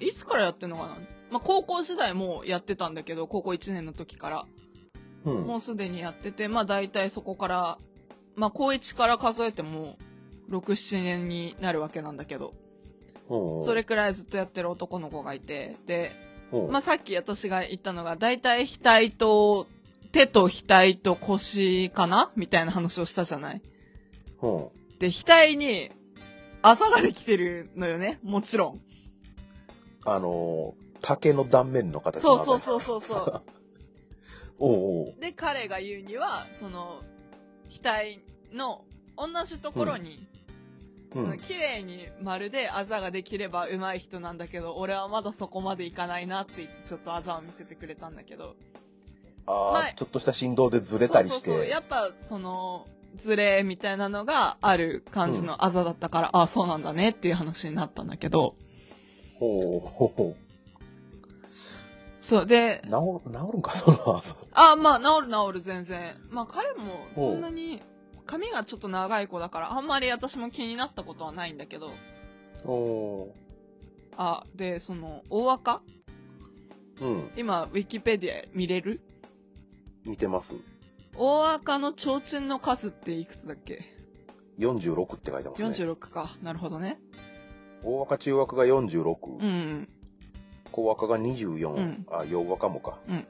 Speaker 1: いつからやってんのかなまあ、高校時代もやってたんだけど、高校1年の時から。
Speaker 2: うん
Speaker 1: もうすでにやってて、まあ大体そこから、まあ高1から数えても、6、7年になるわけなんだけど、
Speaker 2: うん
Speaker 1: それ、くらいずっとやってる男の子がいて、で、
Speaker 2: うん
Speaker 1: まあさっき私が言ったのが、大体額と、手と額と腰かなみたいな話をしたじゃない
Speaker 2: うん
Speaker 1: で、額に、あざができてるのよね、もちろん。
Speaker 2: あのー竹の断面の形
Speaker 1: そうそうそうそうそう。
Speaker 2: う。 [LAUGHS] おうおう。
Speaker 1: で彼が言うにはその額の同じところに、
Speaker 2: う
Speaker 1: その
Speaker 2: ん。
Speaker 1: 綺麗に丸であざができれば上手い人なんだけど俺はまだそこまでいかないなって言ってちょっとあざを見せてくれたんだけど
Speaker 2: ああ、
Speaker 1: 前
Speaker 2: ちょっとした振動でずれたりし
Speaker 1: そ
Speaker 2: て。
Speaker 1: うそうそうやっぱそのズレみたいなのがある感じのあざだったから、ああそうなんだねっていう話になったんだけど
Speaker 2: おうおうおう
Speaker 1: そうで
Speaker 2: 治る、治るんか、その朝。
Speaker 1: ああまあ治る治る全然まあ彼もそんなに髪がちょっと長い子だからあんまり私も気になったことはないんだけど
Speaker 2: おう
Speaker 1: あ、で、その、大赤
Speaker 2: うん。
Speaker 1: 今、ウィキペディア見れる
Speaker 2: 似てます。
Speaker 1: 大赤の提灯の数っていくつだっけ
Speaker 2: 46って書いてますね。
Speaker 1: ?46 か。なるほどね。
Speaker 2: 大若中若が46、
Speaker 1: うん。
Speaker 2: 小若が24、
Speaker 1: うん
Speaker 2: あ洋若もか、
Speaker 1: うん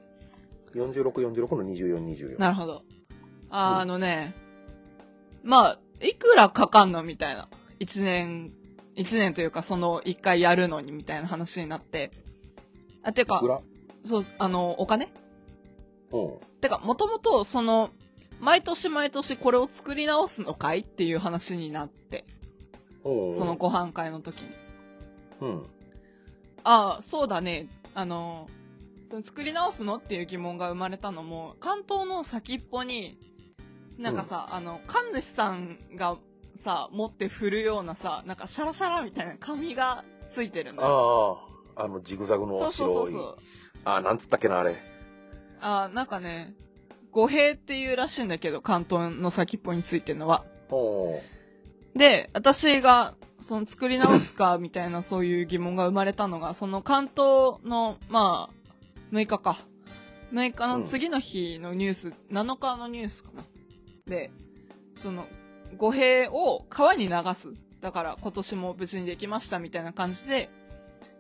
Speaker 2: 4646の2424
Speaker 1: なるほど。あ,、
Speaker 2: うん
Speaker 1: あのね、まあ、いくらかかんのみたいな。一年、一年というか、その、一回やるのに、みたいな話になって。あ、て
Speaker 2: いく
Speaker 1: か、
Speaker 2: ら
Speaker 1: そう、あの、お金
Speaker 2: うん
Speaker 1: てか、もともと、その、毎年毎年これを作り直すのかいっていう話になって、
Speaker 2: うん
Speaker 1: そのご飯会の時に。
Speaker 2: うん
Speaker 1: ああ、そうだね。あの、その作り直すのっていう疑問が生まれたのも、関東の先っぽに、なんかさ、あの、神主さんがさ、持って振るようなさ、なんかシャラシャラみたいな紙がついてるのよ。
Speaker 2: あああのジグザグの白
Speaker 1: そ
Speaker 2: いう
Speaker 1: そうそうそう。
Speaker 2: あなんつったっけなあれ
Speaker 1: ああ、なんかね、語弊っていうらしいんだけど、関東の先っぽについてるのは。
Speaker 2: お
Speaker 1: で、私が、その作り直すか、みたいなそういう疑問が生まれたのが、その関東の、まあ、6日か。6日の次の日のニュース、7日のニュースかな。で、その、語弊を川に流す。だから今年も無事にできましたみたいな感じで、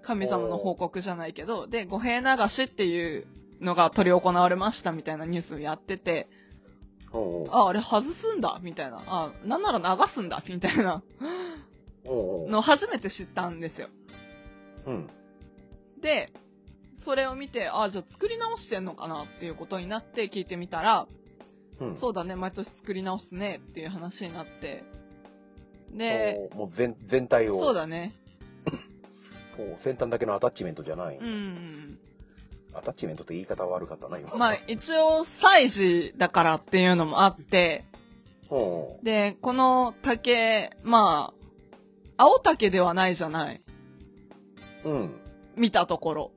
Speaker 1: 神様の報告じゃないけど、で、語弊流しっていうのが取り行われましたみたいなニュースをやってて、
Speaker 2: お
Speaker 1: あ、あれ外すんだみたいな。あ、なんなら流すんだみたいな
Speaker 2: お
Speaker 1: のを初めて知ったんですよ。
Speaker 2: うん
Speaker 1: で、それを見て、あ、じゃあ作り直してんのかなっていうことになって聞いてみたら、
Speaker 2: うん
Speaker 1: そうだね、毎年作り直すねっていう話になって。
Speaker 2: お
Speaker 1: で、
Speaker 2: ーもう全全体を
Speaker 1: そうだね。
Speaker 2: おー先端だけのアタッチメントじゃない、
Speaker 1: うん。
Speaker 2: アタッチメントって言い方悪かったな今
Speaker 1: まあ、一応、祭事だからっていうのもあって、
Speaker 2: お
Speaker 1: で、この竹、まあ、青竹ではないじゃない。
Speaker 2: ーうん
Speaker 1: 見たところ。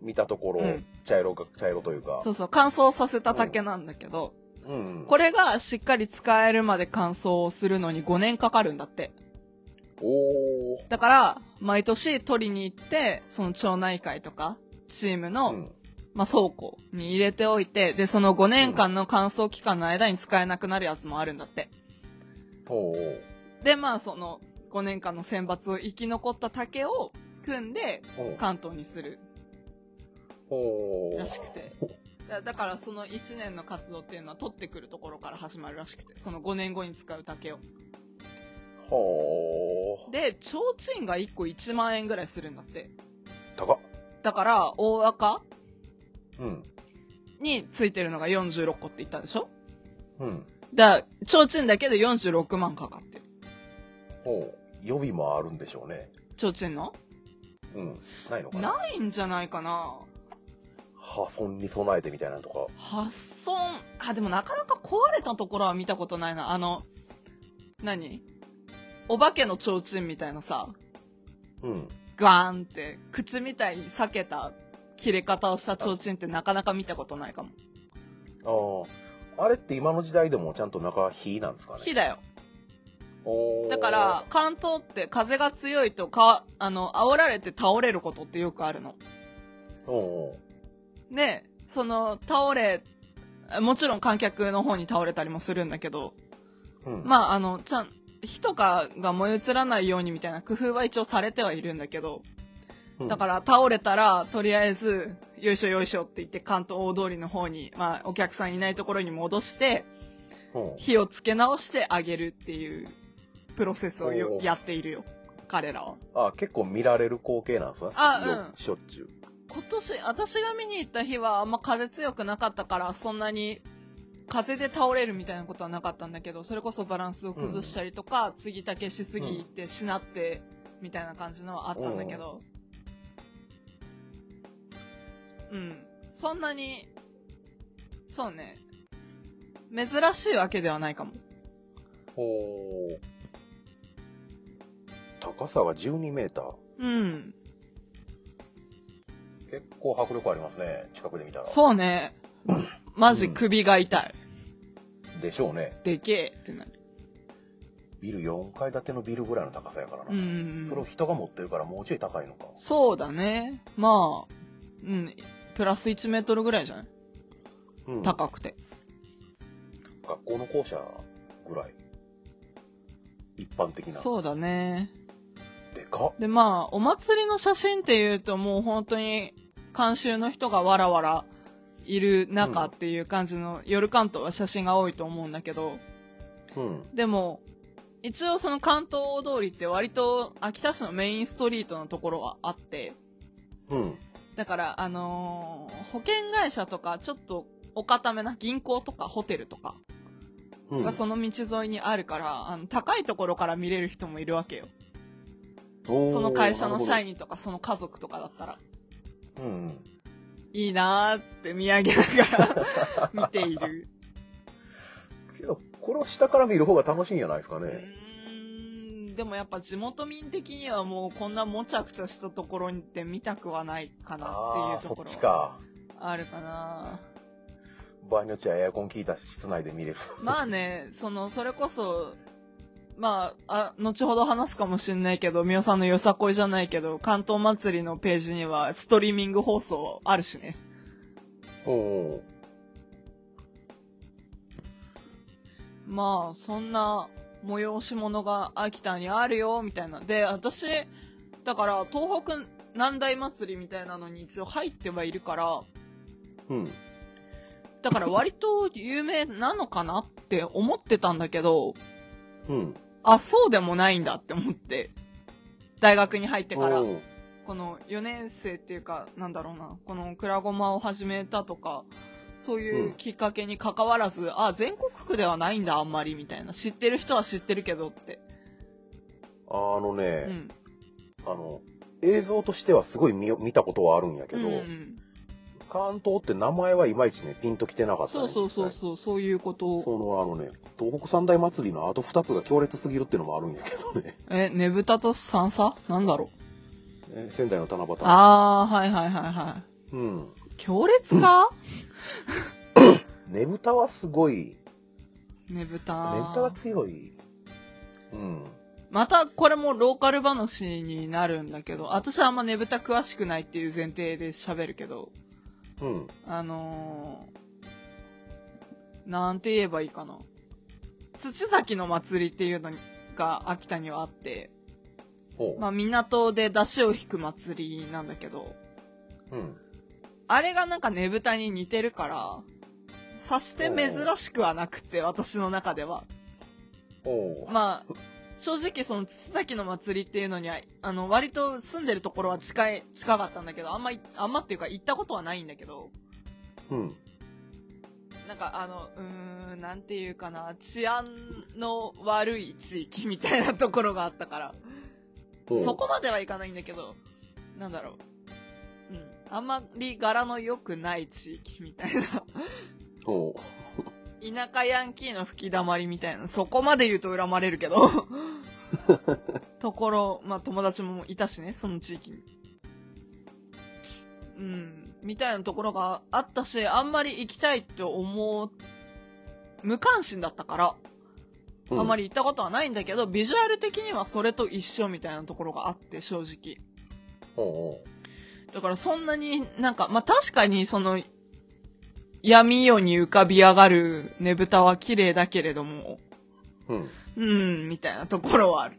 Speaker 2: 見たところ、
Speaker 1: うん
Speaker 2: 茶色が茶色というか
Speaker 1: そうそう、乾燥させた竹なんだけど、
Speaker 2: うん
Speaker 1: これがしっかり使えるまで乾燥するのに5年かかるんだって。
Speaker 2: おー
Speaker 1: だから、毎年取りに行って、その町内会とか、チーム
Speaker 2: う
Speaker 1: の
Speaker 2: ん
Speaker 1: まあ、倉庫に入れておいて、で、その5年間の乾燥期間の間に使えなくなるやつもあるんだって。
Speaker 2: おうおう
Speaker 1: で、まあ、その5年間の選抜を生き残った竹を組んで、
Speaker 2: おう
Speaker 1: 関東にする
Speaker 2: おう
Speaker 1: らしくて。だだからその1年の活動っていうのは取ってくるところから始まるらしくて、その5年後に使う竹を。
Speaker 2: ほう
Speaker 1: で、提灯が1個1万円ぐらいするんだって。
Speaker 2: 高っ
Speaker 1: だから、大赤
Speaker 2: うん
Speaker 1: についてるのが46個って言ったでしょ
Speaker 2: うん
Speaker 1: だから、提灯だけで46万かかってる。
Speaker 2: おう予備もあるんでしょうね
Speaker 1: 提灯の
Speaker 2: うんないのかな
Speaker 1: ないんじゃないかな
Speaker 2: 破損に備えてみたいなのとか
Speaker 1: 発損。あ、でもなかなか壊れたところは見たことないな。あの、何お化けの提灯みたいなさ、
Speaker 2: うん
Speaker 1: ガーンって、口みたいに裂けた切れ方をした提灯ってなかなか見たことないかも。
Speaker 2: あああれって今の時代でもちゃんと中火なんですかね
Speaker 1: 火だよ。
Speaker 2: おう
Speaker 1: だから、関東って風が強いとか、あの、煽られて倒れることってよくあるの。
Speaker 2: おうおう
Speaker 1: で、その、倒れ、もちろん観客の方に倒れたりもするんだけど、
Speaker 2: うん
Speaker 1: まあ、あの、ちゃん、火とかが燃え移らないようにみたいな工夫は一応されてはいるんだけど、
Speaker 2: うん
Speaker 1: だから倒れたら、とりあえず、よいしょよいしょって言って関東大通りの方に、まあ、お客さんいないところに戻して、
Speaker 2: うん
Speaker 1: 火をつけ直してあげるっていうプロセスをよ
Speaker 2: おー
Speaker 1: やっているよ。彼らは。
Speaker 2: あ結構見られる光景なんですね
Speaker 1: あ
Speaker 2: よ
Speaker 1: うん
Speaker 2: しょっちゅう
Speaker 1: 今年、私が見に行った日はあんま風強くなかったから、そんなに風で倒れるみたいなことはなかったんだけど、それこそバランスを崩したりとか、継ぎ竹しすぎてしなって、みたいな感じのはあったんだけど。うん。そんなに、そうね。珍しいわけではないかも。
Speaker 2: ほう高さが12メーター
Speaker 1: うん。
Speaker 2: 結構迫力ありますね近くで見たら
Speaker 1: そうね。マジ首が痛い。
Speaker 2: でしょうね
Speaker 1: でけえってなる。
Speaker 2: ビル4階建てのビルぐらいの高さやからな、
Speaker 1: うんうんうん。
Speaker 2: それを人が持ってるからもうちょい高いのか
Speaker 1: そうだね。まあ、うん、プラス1メートルぐらいじゃない、
Speaker 2: うん
Speaker 1: 高くて。
Speaker 2: 学校の校舎ぐらい一般的な
Speaker 1: そうだね。
Speaker 2: でかっ
Speaker 1: で、まあ、お祭りの写真っていうともう本当に監修の人がわらわらいる中っていう感じの、夜関東は写真が多いと思うんだけど、
Speaker 2: うん
Speaker 1: でも、一応その関東大通りって割と秋田市のメインストリートのところはあって、
Speaker 2: うん
Speaker 1: だから、あのー保険会社とか、ちょっとお固めな銀行とかホテルとか、
Speaker 2: うん
Speaker 1: がその道沿いにあるから、あの高いところから見れる人もいるわけよ。そ
Speaker 2: そ
Speaker 1: の会社の社員とか、その家族とかだったら、
Speaker 2: うんうん
Speaker 1: いいなーって見上げなが
Speaker 2: [LAUGHS]
Speaker 1: ら見ている。
Speaker 2: けどこれを下から見る方が楽しいんじゃないですか
Speaker 1: う
Speaker 2: ね、
Speaker 1: ーん、でもやっぱ地元民的にはもうこんなもちゃくちゃしたところにって見たくはないかな
Speaker 2: あ
Speaker 1: ってい
Speaker 2: あ
Speaker 1: うと
Speaker 2: そ
Speaker 1: こ
Speaker 2: っ
Speaker 1: ろ
Speaker 2: ち
Speaker 1: は
Speaker 2: か
Speaker 1: あるかな。
Speaker 2: 場合によっちゃエアコン効いた室内で見れる
Speaker 1: まあね、その、それこそ、まあ、あ、後ほど話すかもしんないけど、みおさんのよさこいじゃないけど、関東祭りのページにはストリーミング放送あるしね。
Speaker 2: おお
Speaker 1: まあ、そんな催し物が秋田にあるよ、みたいな。で、私、だから、東北南大祭りみたいなのに一応入ってはいるから、
Speaker 2: うん
Speaker 1: だから割と有名なのかなって思ってたんだけど、
Speaker 2: うん
Speaker 1: あ、そうでもないんだって思って、大学に入ってから
Speaker 2: う、ん
Speaker 1: この4年生っていうか、なんだろうな、このクラゴマを始めたとか、そういうきっかけに関わらず、あ、全国区ではないんだ、あんまり、みたいな。知ってる人は知ってるけどって。
Speaker 2: あのね
Speaker 1: う、ん。
Speaker 2: あの映像としてはすごい見よ見たことはあるんやけど、
Speaker 1: うんうん
Speaker 2: 関東って名前はいまいちねピンときてなかったん
Speaker 1: そう
Speaker 2: です
Speaker 1: そ
Speaker 2: ね
Speaker 1: うそうそう、そういうこと。
Speaker 2: そのあのね東北三大祭りのあと2つが強烈すぎるっていうのもあるんやけど
Speaker 1: [LAUGHS]
Speaker 2: ね
Speaker 1: え、ねぶたと三叉なんだろう。
Speaker 2: え仙台の七夕
Speaker 1: あー、はいはいはいは
Speaker 2: うん
Speaker 1: い。強烈か
Speaker 2: ねぶたはすごいね
Speaker 1: ねぶ
Speaker 2: ぶ
Speaker 1: た。
Speaker 2: たは強いうん
Speaker 1: またこれもローカル話になるんだけど、私はあんまねぶた詳しくないっていう前提で喋るけど、
Speaker 2: うん。
Speaker 1: あのーなんて言えばいいかな。土崎の祭りっていうのが秋田にはあって、
Speaker 2: ほう。
Speaker 1: まあ港で出汁を引く祭りなんだけど、
Speaker 2: うん。
Speaker 1: あれがなんかねぶたに似てるから、さして珍しくはなくて、私の中では。
Speaker 2: ほう。
Speaker 1: まあ、正直その土崎の祭りっていうのには、あの、割と住んでるところは近い、近かったんだけど、あんまい、あんまっていうか行ったことはないんだけど、
Speaker 2: うん。
Speaker 1: なんかあの、うーん、なんていうかな、治安の悪い地域みたいなところがあったから、
Speaker 2: ほう。
Speaker 1: そこまではいかないんだけど、なんだろう。うん。あんまり柄の良くない地域みたい
Speaker 2: ほう。
Speaker 1: な。田舎ヤンキーの吹き溜まりみたいな。そこまで言うと恨まれるけど。ところ、まあ友達もいたしね、その地域に。うん。みたいなところがあったし、あんまり行きたいって思う、無関心だったから。
Speaker 2: うん
Speaker 1: あま。り行ったことはないんだけど、ビジュアル的にはそれと一緒みたいなところがあって、正直。
Speaker 2: ほ
Speaker 1: だからそんなになんか、まあ、確かにその、闇夜に浮かび上がるねぶたは綺麗だけれども、
Speaker 2: う。うん。
Speaker 1: うん、みたいなところはある。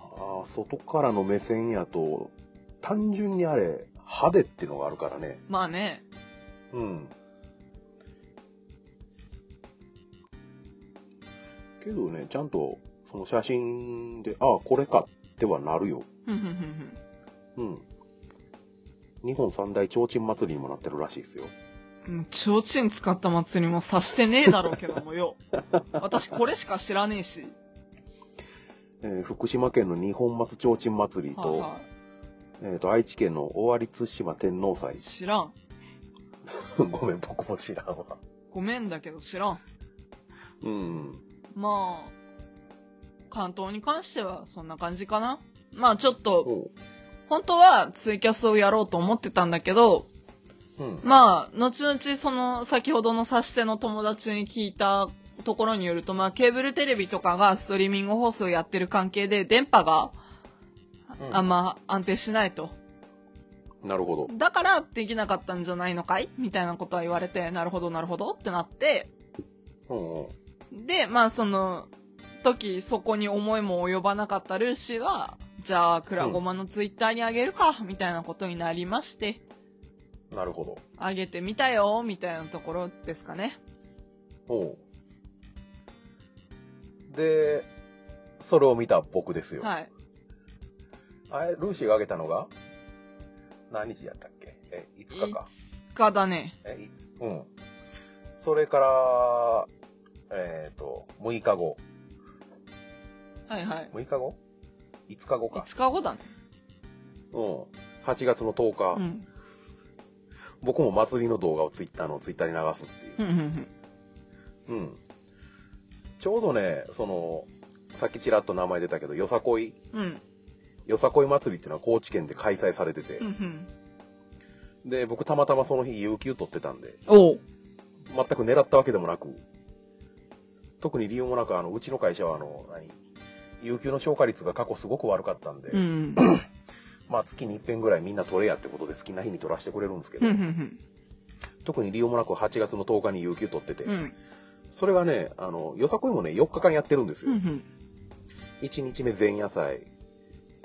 Speaker 2: ああ、外からの目線やと、単純にあれ、派手ってのがあるからね。
Speaker 1: まあね、
Speaker 2: うん。けどね、ちゃんと、その写真で、ああ、これかってはなるよ。
Speaker 1: ふんふんふんふん。
Speaker 2: うん。日本三大提灯祭りにもなってるらしいですよ。
Speaker 1: もう、ちょうちん使った祭りもさしてねえだろうけどもよ。 [LAUGHS] 私これしか知らねえし。
Speaker 2: えー福島県の日本松提灯祭りと、
Speaker 1: はいは
Speaker 2: えっ、と、愛知県の尾張津島天皇祭 [LAUGHS]
Speaker 1: い。。知らん。
Speaker 2: ごめん、僕も知らんわ。
Speaker 1: ごめんだけど知らん。
Speaker 2: うん。
Speaker 1: まあ、関東に関してはそんな感じかな。まあちょっと、
Speaker 2: おう
Speaker 1: 本当はツイキャスをやろうと思ってたんだけど、
Speaker 2: うん。
Speaker 1: まあ、後々その先ほどの指し手の友達に聞いたところによると、まあケーブルテレビとかがストリーミング放送をやってる関係で電波が
Speaker 2: うん
Speaker 1: あんま安定しないと。
Speaker 2: なるほど。
Speaker 1: だからできなかったんじゃないのかいみたいなことは言われて、なるほどなるほどってなって、
Speaker 2: うんうん。
Speaker 1: で、まあその時そこに思いも及ばなかったルーシーは、じゃあ、クラゴマのツイッターにあげるか、みたいなことになりまして、
Speaker 2: なるほど。
Speaker 1: あげてみたよ、みたいなところですかね。
Speaker 2: おうで、それを見た僕ですよ。
Speaker 1: はい。
Speaker 2: あれ、ルーシーが挙げたのが、何日やったっけえ、5日か。
Speaker 1: 5日だね。
Speaker 2: え、いつうん。それから、えっ、と、6日後。
Speaker 1: はいはい。
Speaker 2: 6日後 ?5 日後か。
Speaker 1: 5日後だね。
Speaker 2: うん。8月の10日、
Speaker 1: うん。
Speaker 2: 僕も祭りの動画をツイッターのツイッターに流すっていう
Speaker 1: うんうんうん。
Speaker 2: うん。ちょうどね、その、さっきちらっと名前出たけど、よさこい、
Speaker 1: うん。
Speaker 2: よさこい祭りっていうのは高知県で開催されてて
Speaker 1: うんう、ん。
Speaker 2: で、僕たまたまその日、有給取ってたんで、
Speaker 1: おう。
Speaker 2: 全く狙ったわけでもなく、特に理由もなく、あの、うちの会社は、あの、何、有給の消化率が過去すごく悪かったんで、
Speaker 1: うん。
Speaker 2: まあ月に一遍ぐらいみんな取れやってことで好きな日に取らせてくれるんですけ
Speaker 1: うん
Speaker 2: ど、
Speaker 1: うん
Speaker 2: 特に理由もなく8月の10日に有給取ってて、
Speaker 1: うん。うん。
Speaker 2: それがね、あの、よさこいもね、4日間やってるんです
Speaker 1: う
Speaker 2: よ。
Speaker 1: ん
Speaker 2: 1日目前夜祭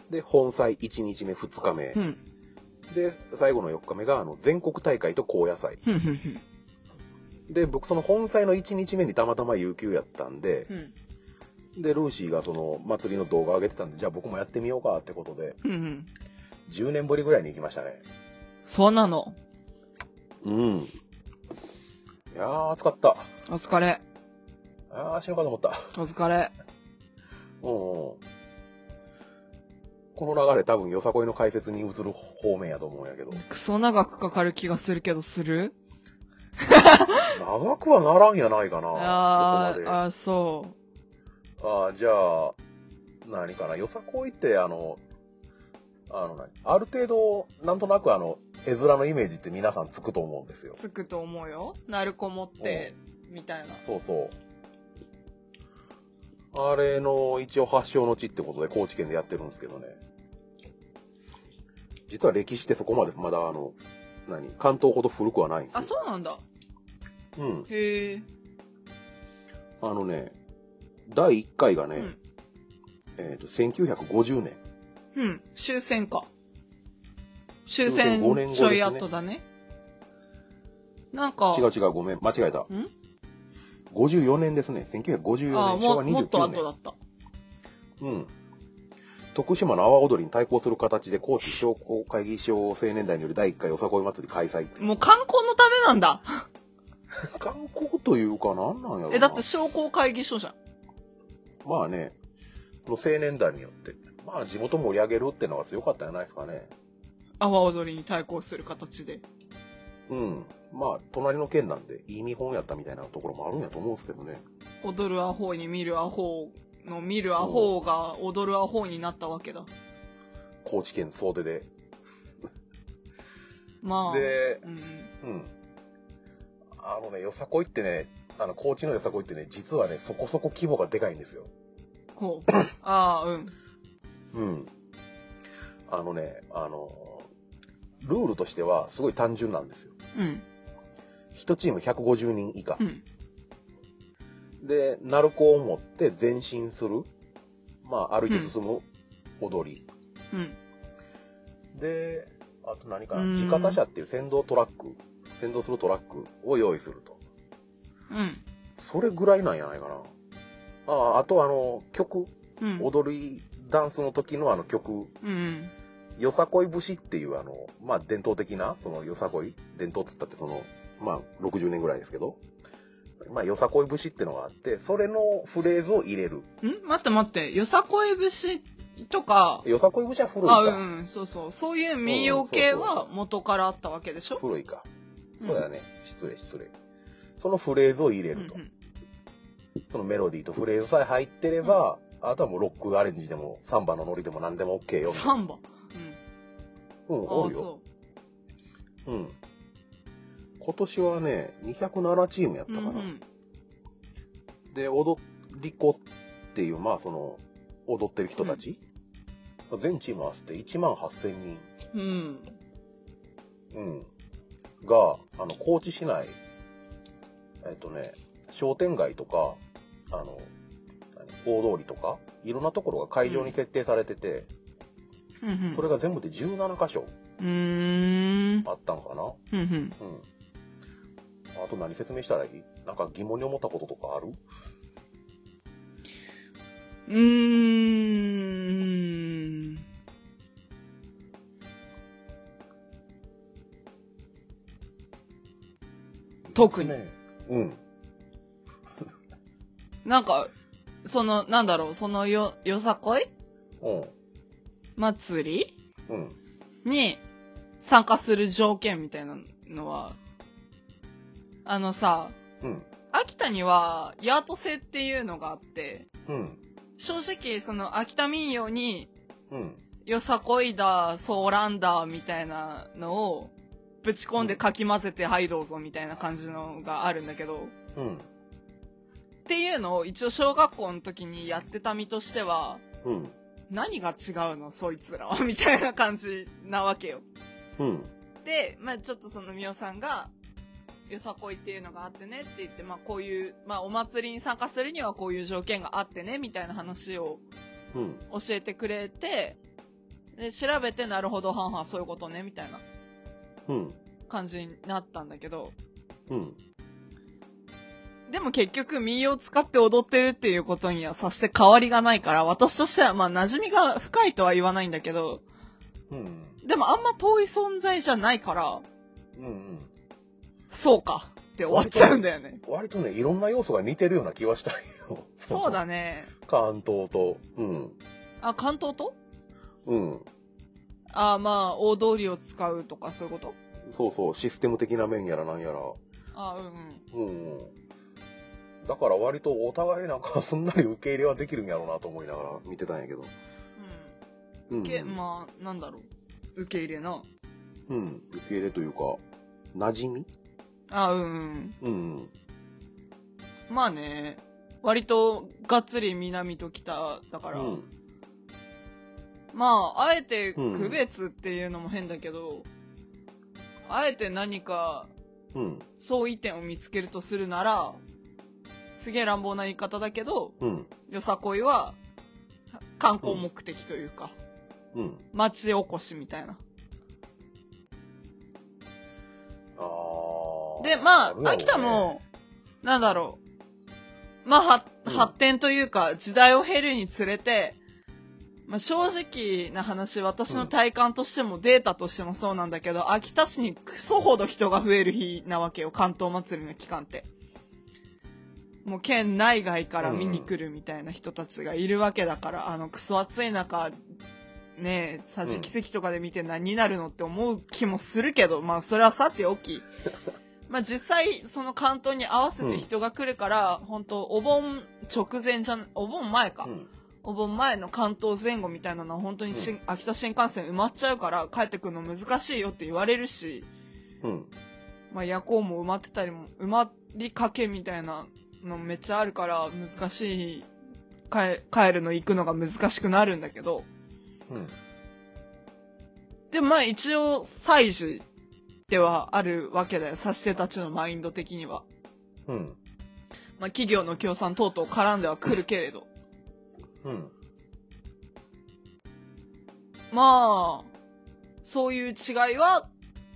Speaker 2: で本祭1日目2日目、
Speaker 1: うん。うん。
Speaker 2: で最後の4日目があの全国大会と高野祭
Speaker 1: うんうん
Speaker 2: で僕その本祭の1日目にたまたま有給やったんで
Speaker 1: う、ん。
Speaker 2: でルーシーがその祭りの動画上げてたんでじゃあ僕もやってみようかってことで
Speaker 1: うんうん。
Speaker 2: 10年ぶりぐらいに行きましたね
Speaker 1: そうなの。
Speaker 2: うんいやー暑かった
Speaker 1: お疲れ。
Speaker 2: あー死ぬかと思った
Speaker 1: お疲れ。
Speaker 2: うんうんこの流れ多分よさこいの解説に移る方面やと思うんや [LAUGHS] けど
Speaker 1: クソ長くかかる気がするけど、する
Speaker 2: 長くはならんやないかなそこま
Speaker 1: あ
Speaker 2: で
Speaker 1: ー、あー、そ
Speaker 2: ああ、じゃあ、何かな、よさこいって、あの、あの何、ある程度、なんとなく、あの、絵面のイメージって皆さんつくと思うんですよ
Speaker 1: う。。つくと思うよ。鳴子持って、みたいな。
Speaker 2: そうそう。あれの、一応発祥の地ってことで、高知県でやってるんですけどね。実は歴史ってそこまでまだあの何関東ほど古くはないんですよ
Speaker 1: あ、そうなんだ。
Speaker 2: う、ん、
Speaker 1: へえ。
Speaker 2: あのね第1回がね、
Speaker 1: うん
Speaker 2: えー、と1950年
Speaker 1: うん。終戦か。終
Speaker 2: 終戦
Speaker 1: 戦
Speaker 2: 五年後ですね
Speaker 1: ちょい後だね。なんか、
Speaker 2: 違う違うごめん間違えた
Speaker 1: ん
Speaker 2: 54年ですね
Speaker 1: あ
Speaker 2: 1954年昭
Speaker 1: も
Speaker 2: 和
Speaker 1: う、もっと
Speaker 2: 29
Speaker 1: 後だ
Speaker 2: 年
Speaker 1: った。
Speaker 2: うん徳島の阿波踊りに対抗する形で高知商工会議所青年代による第1回よさこい祭り開催って
Speaker 1: もう観光のためなんだ。
Speaker 2: 観光というかなんなんやろうな
Speaker 1: え、だって商工会議所じゃん。
Speaker 2: まあねの青年団によってまあ地元盛り上げるってのが強かったんじゃないですかね
Speaker 1: 阿波踊りに対抗する形で。
Speaker 2: うんまあ隣の県なんでいい見本やったみたいなところもあるんやと思うんですけどね
Speaker 1: 踊るアホに見るアホの見るアホが踊るアホになったわけだ。
Speaker 2: 高知県総出で
Speaker 1: まあ。
Speaker 2: で
Speaker 1: うん。
Speaker 2: うんあのねよさこいってねあの高知のよさこいってね実はねそこそこ規模がでかいんですよ
Speaker 1: ほう。 [COUGHS] ああ、うん。
Speaker 2: うんあのねあのルールとしてはすごい単純なんですよ
Speaker 1: うん。
Speaker 2: 1チーム150人以下
Speaker 1: う、ん。
Speaker 2: で鳴子を持って前進するまあ歩いて進む踊り、
Speaker 1: うん。
Speaker 2: であと何かな
Speaker 1: うん
Speaker 2: 自家車っていう先導トラック先導するトラックを用意すると
Speaker 1: うん。
Speaker 2: それぐらいなんじゃないかなあああとあの曲
Speaker 1: うん。
Speaker 2: 踊りダンスの時のあの曲
Speaker 1: うん。
Speaker 2: 「よさこい節」っていうあのまあ伝統的なそのよさこい伝統っつったってそのまあ60年ぐらいですけど、まあ、よさこい節ってのがあってそれのフレーズを入れる
Speaker 1: ん待って待って。よさこい節とか、
Speaker 2: よさこい節は古いか
Speaker 1: あ、うん、うんそうそう。そういう民謡系は元からあったわけでしょ
Speaker 2: 古いか
Speaker 1: うん
Speaker 2: そうだね、失礼失礼そのフレーズを入れると、
Speaker 1: うん
Speaker 2: そのメロディーとフレーズさえ入ってれば、あとはもうロックアレンジでもサンバのノリでも何でも OK
Speaker 1: う
Speaker 2: よ
Speaker 1: ん。サンバ。
Speaker 2: うん
Speaker 1: うん。あ
Speaker 2: お
Speaker 1: あ、
Speaker 2: るよ、
Speaker 1: そう
Speaker 2: ん、今年はね207チームやっ
Speaker 1: う。
Speaker 2: た
Speaker 1: う
Speaker 2: か
Speaker 1: ん
Speaker 2: な、
Speaker 1: うん。
Speaker 2: で踊り子っていうまあその踊ってる人たち、全チーム合わせて1万8,000人、
Speaker 1: うん。
Speaker 2: うん、があの高知市内えっとね商店街とかあの何大通りとかいろんなところが会場に設定されてて、
Speaker 1: うんうん。
Speaker 2: それが全部で17箇所
Speaker 1: うーん。
Speaker 2: あったんかな、
Speaker 1: うんうん。
Speaker 2: うん、あと何説明したらいいなんか疑問に思ったこととかある
Speaker 1: うーん。特に
Speaker 2: ねうん
Speaker 1: なんか、その、なんだろう、そのよ、よさこい
Speaker 2: うん
Speaker 1: 祭
Speaker 2: うん
Speaker 1: りに参加する条件みたいなのは、あのさ、
Speaker 2: うん
Speaker 1: 秋田には、ヤート制っていうのがあって、
Speaker 2: うん
Speaker 1: 正直、その、秋田民謡に、
Speaker 2: うん
Speaker 1: よさこいだ、ソーランダーみたいなのを、ぶち込んでかき混ぜて、はいどうぞみたいな感じのがあるんだけど、
Speaker 2: うん
Speaker 1: っていうのを一応小学校の時にやってた身としては、
Speaker 2: うん
Speaker 1: 何が違うのそいつらはみたいな感じなわけよ。
Speaker 2: うん
Speaker 1: で、まあちょっとそのみおさんが、よさこいっていうのがあってねって言って、まあこういう、まあお祭りに参加するにはこういう条件があってねみたいな話を
Speaker 2: うん
Speaker 1: 教えてくれて、で、調べてなるほど、はんはんそういうことねみたいな
Speaker 2: うん
Speaker 1: 感じになったんだけど、
Speaker 2: うん
Speaker 1: でも結局民謡を使って踊ってるっていうことにはさして変わりがないから、私としてはまあ馴染みが深いとは言わないんだけど、
Speaker 2: うん
Speaker 1: でもあんま遠い存在じゃないから、
Speaker 2: うんうん
Speaker 1: そうかって終わっちゃうんだよね。
Speaker 2: 割とねいろんな要素が似てるような気はしたんよ
Speaker 1: そうだね。
Speaker 2: 関東とうん
Speaker 1: あ、関東と
Speaker 2: うん
Speaker 1: あ、まあ、大通りを使うとかそういうこと
Speaker 2: そうそうシステム的な面やらなんやら
Speaker 1: あ、うん
Speaker 2: うんうんだから割とお互いなんかすんなり受け入れはできるんやろうなと思いながら見てたんやけどう
Speaker 1: うん。
Speaker 2: ん、
Speaker 1: け、まあ、なんだろう。受け入れな。
Speaker 2: うん、受け入れというか馴染み
Speaker 1: あ、うん。
Speaker 2: うん
Speaker 1: まあね、割とがっつり南と北だか
Speaker 2: う
Speaker 1: ら、
Speaker 2: ん
Speaker 1: まあ、あえて
Speaker 2: うん
Speaker 1: 区別っていうのも変だけど、あえて何か
Speaker 2: うん、
Speaker 1: 相違点を見つけるとするなら、すげえ乱暴な言い方だけど、
Speaker 2: うん、
Speaker 1: よさこいは観光目的というか、
Speaker 2: うん。
Speaker 1: 町おこしみたいな。
Speaker 2: あー
Speaker 1: で、まあ
Speaker 2: るやろう、ね
Speaker 1: 秋田も、なんだろう。まあ、は
Speaker 2: うん
Speaker 1: 発展というか、時代を経るにつれて、まあ、正直な話、私の体感としてもデータとしてもそうなんだけど、秋田市にクソほど人が増える日なわけよ、関東祭りの期間って。もう県内外から見に来るみたいな人たちがいるわけだから、あの、クソ暑い中、ねえ、さじ奇跡とかで見て何になるのって思う気もするけど、まあそれはさておき。まあ実際、その関東に合わせて人が来るから、本当お盆直前じゃん、お盆前か。
Speaker 2: うん、
Speaker 1: お盆前の関東前後みたいなのは本当に新、秋田新幹線埋まっちゃうから、帰ってくるの難しいよって言われるし、
Speaker 2: うん、
Speaker 1: まあ夜行も埋まってたりも、埋まりかけみたいなのめっちゃあるから、難しい、帰帰るの行くのが難しくなるんだけど、
Speaker 2: うん、
Speaker 1: でまあ一応祭事ではあるわけだよ指し手たちのマインド的には、
Speaker 2: うん、
Speaker 1: まあ、企業の協賛等々絡んではくるけれど
Speaker 2: うん、
Speaker 1: まあそういう違いは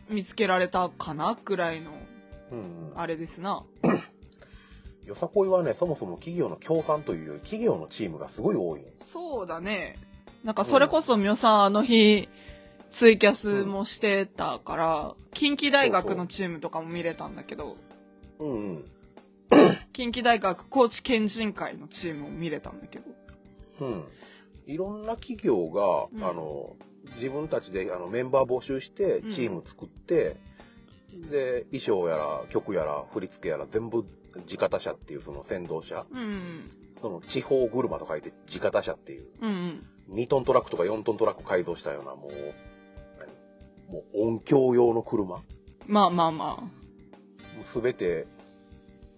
Speaker 1: 見つけられたかなぐらいの
Speaker 2: うん。
Speaker 1: あれですな
Speaker 2: よさこいはね、そもそも企業の協賛というより、企業のチームがすごい多いよ。
Speaker 1: そうだねなんかそれこそみおさんあの日ツイキャスもしてたから近畿大学のチームとかも見れたんだけど
Speaker 2: うん、うん、
Speaker 1: 近畿大学高知県人会のチームも見れたんだけど
Speaker 2: うん。いろんな企業が、
Speaker 1: うん
Speaker 2: あの、自分たちであのメンバー募集して
Speaker 1: うん、
Speaker 2: チーム作って、で、衣装やら、曲やら、振り付けやら、全部、地方社っていう、その先導車、
Speaker 1: うん
Speaker 2: その地方車と書いて、地方車っていう、
Speaker 1: うんうん
Speaker 2: 2トントラックとか4トントラック改造したような、もう、何もう音響用の車。
Speaker 1: まあまあま
Speaker 2: すべて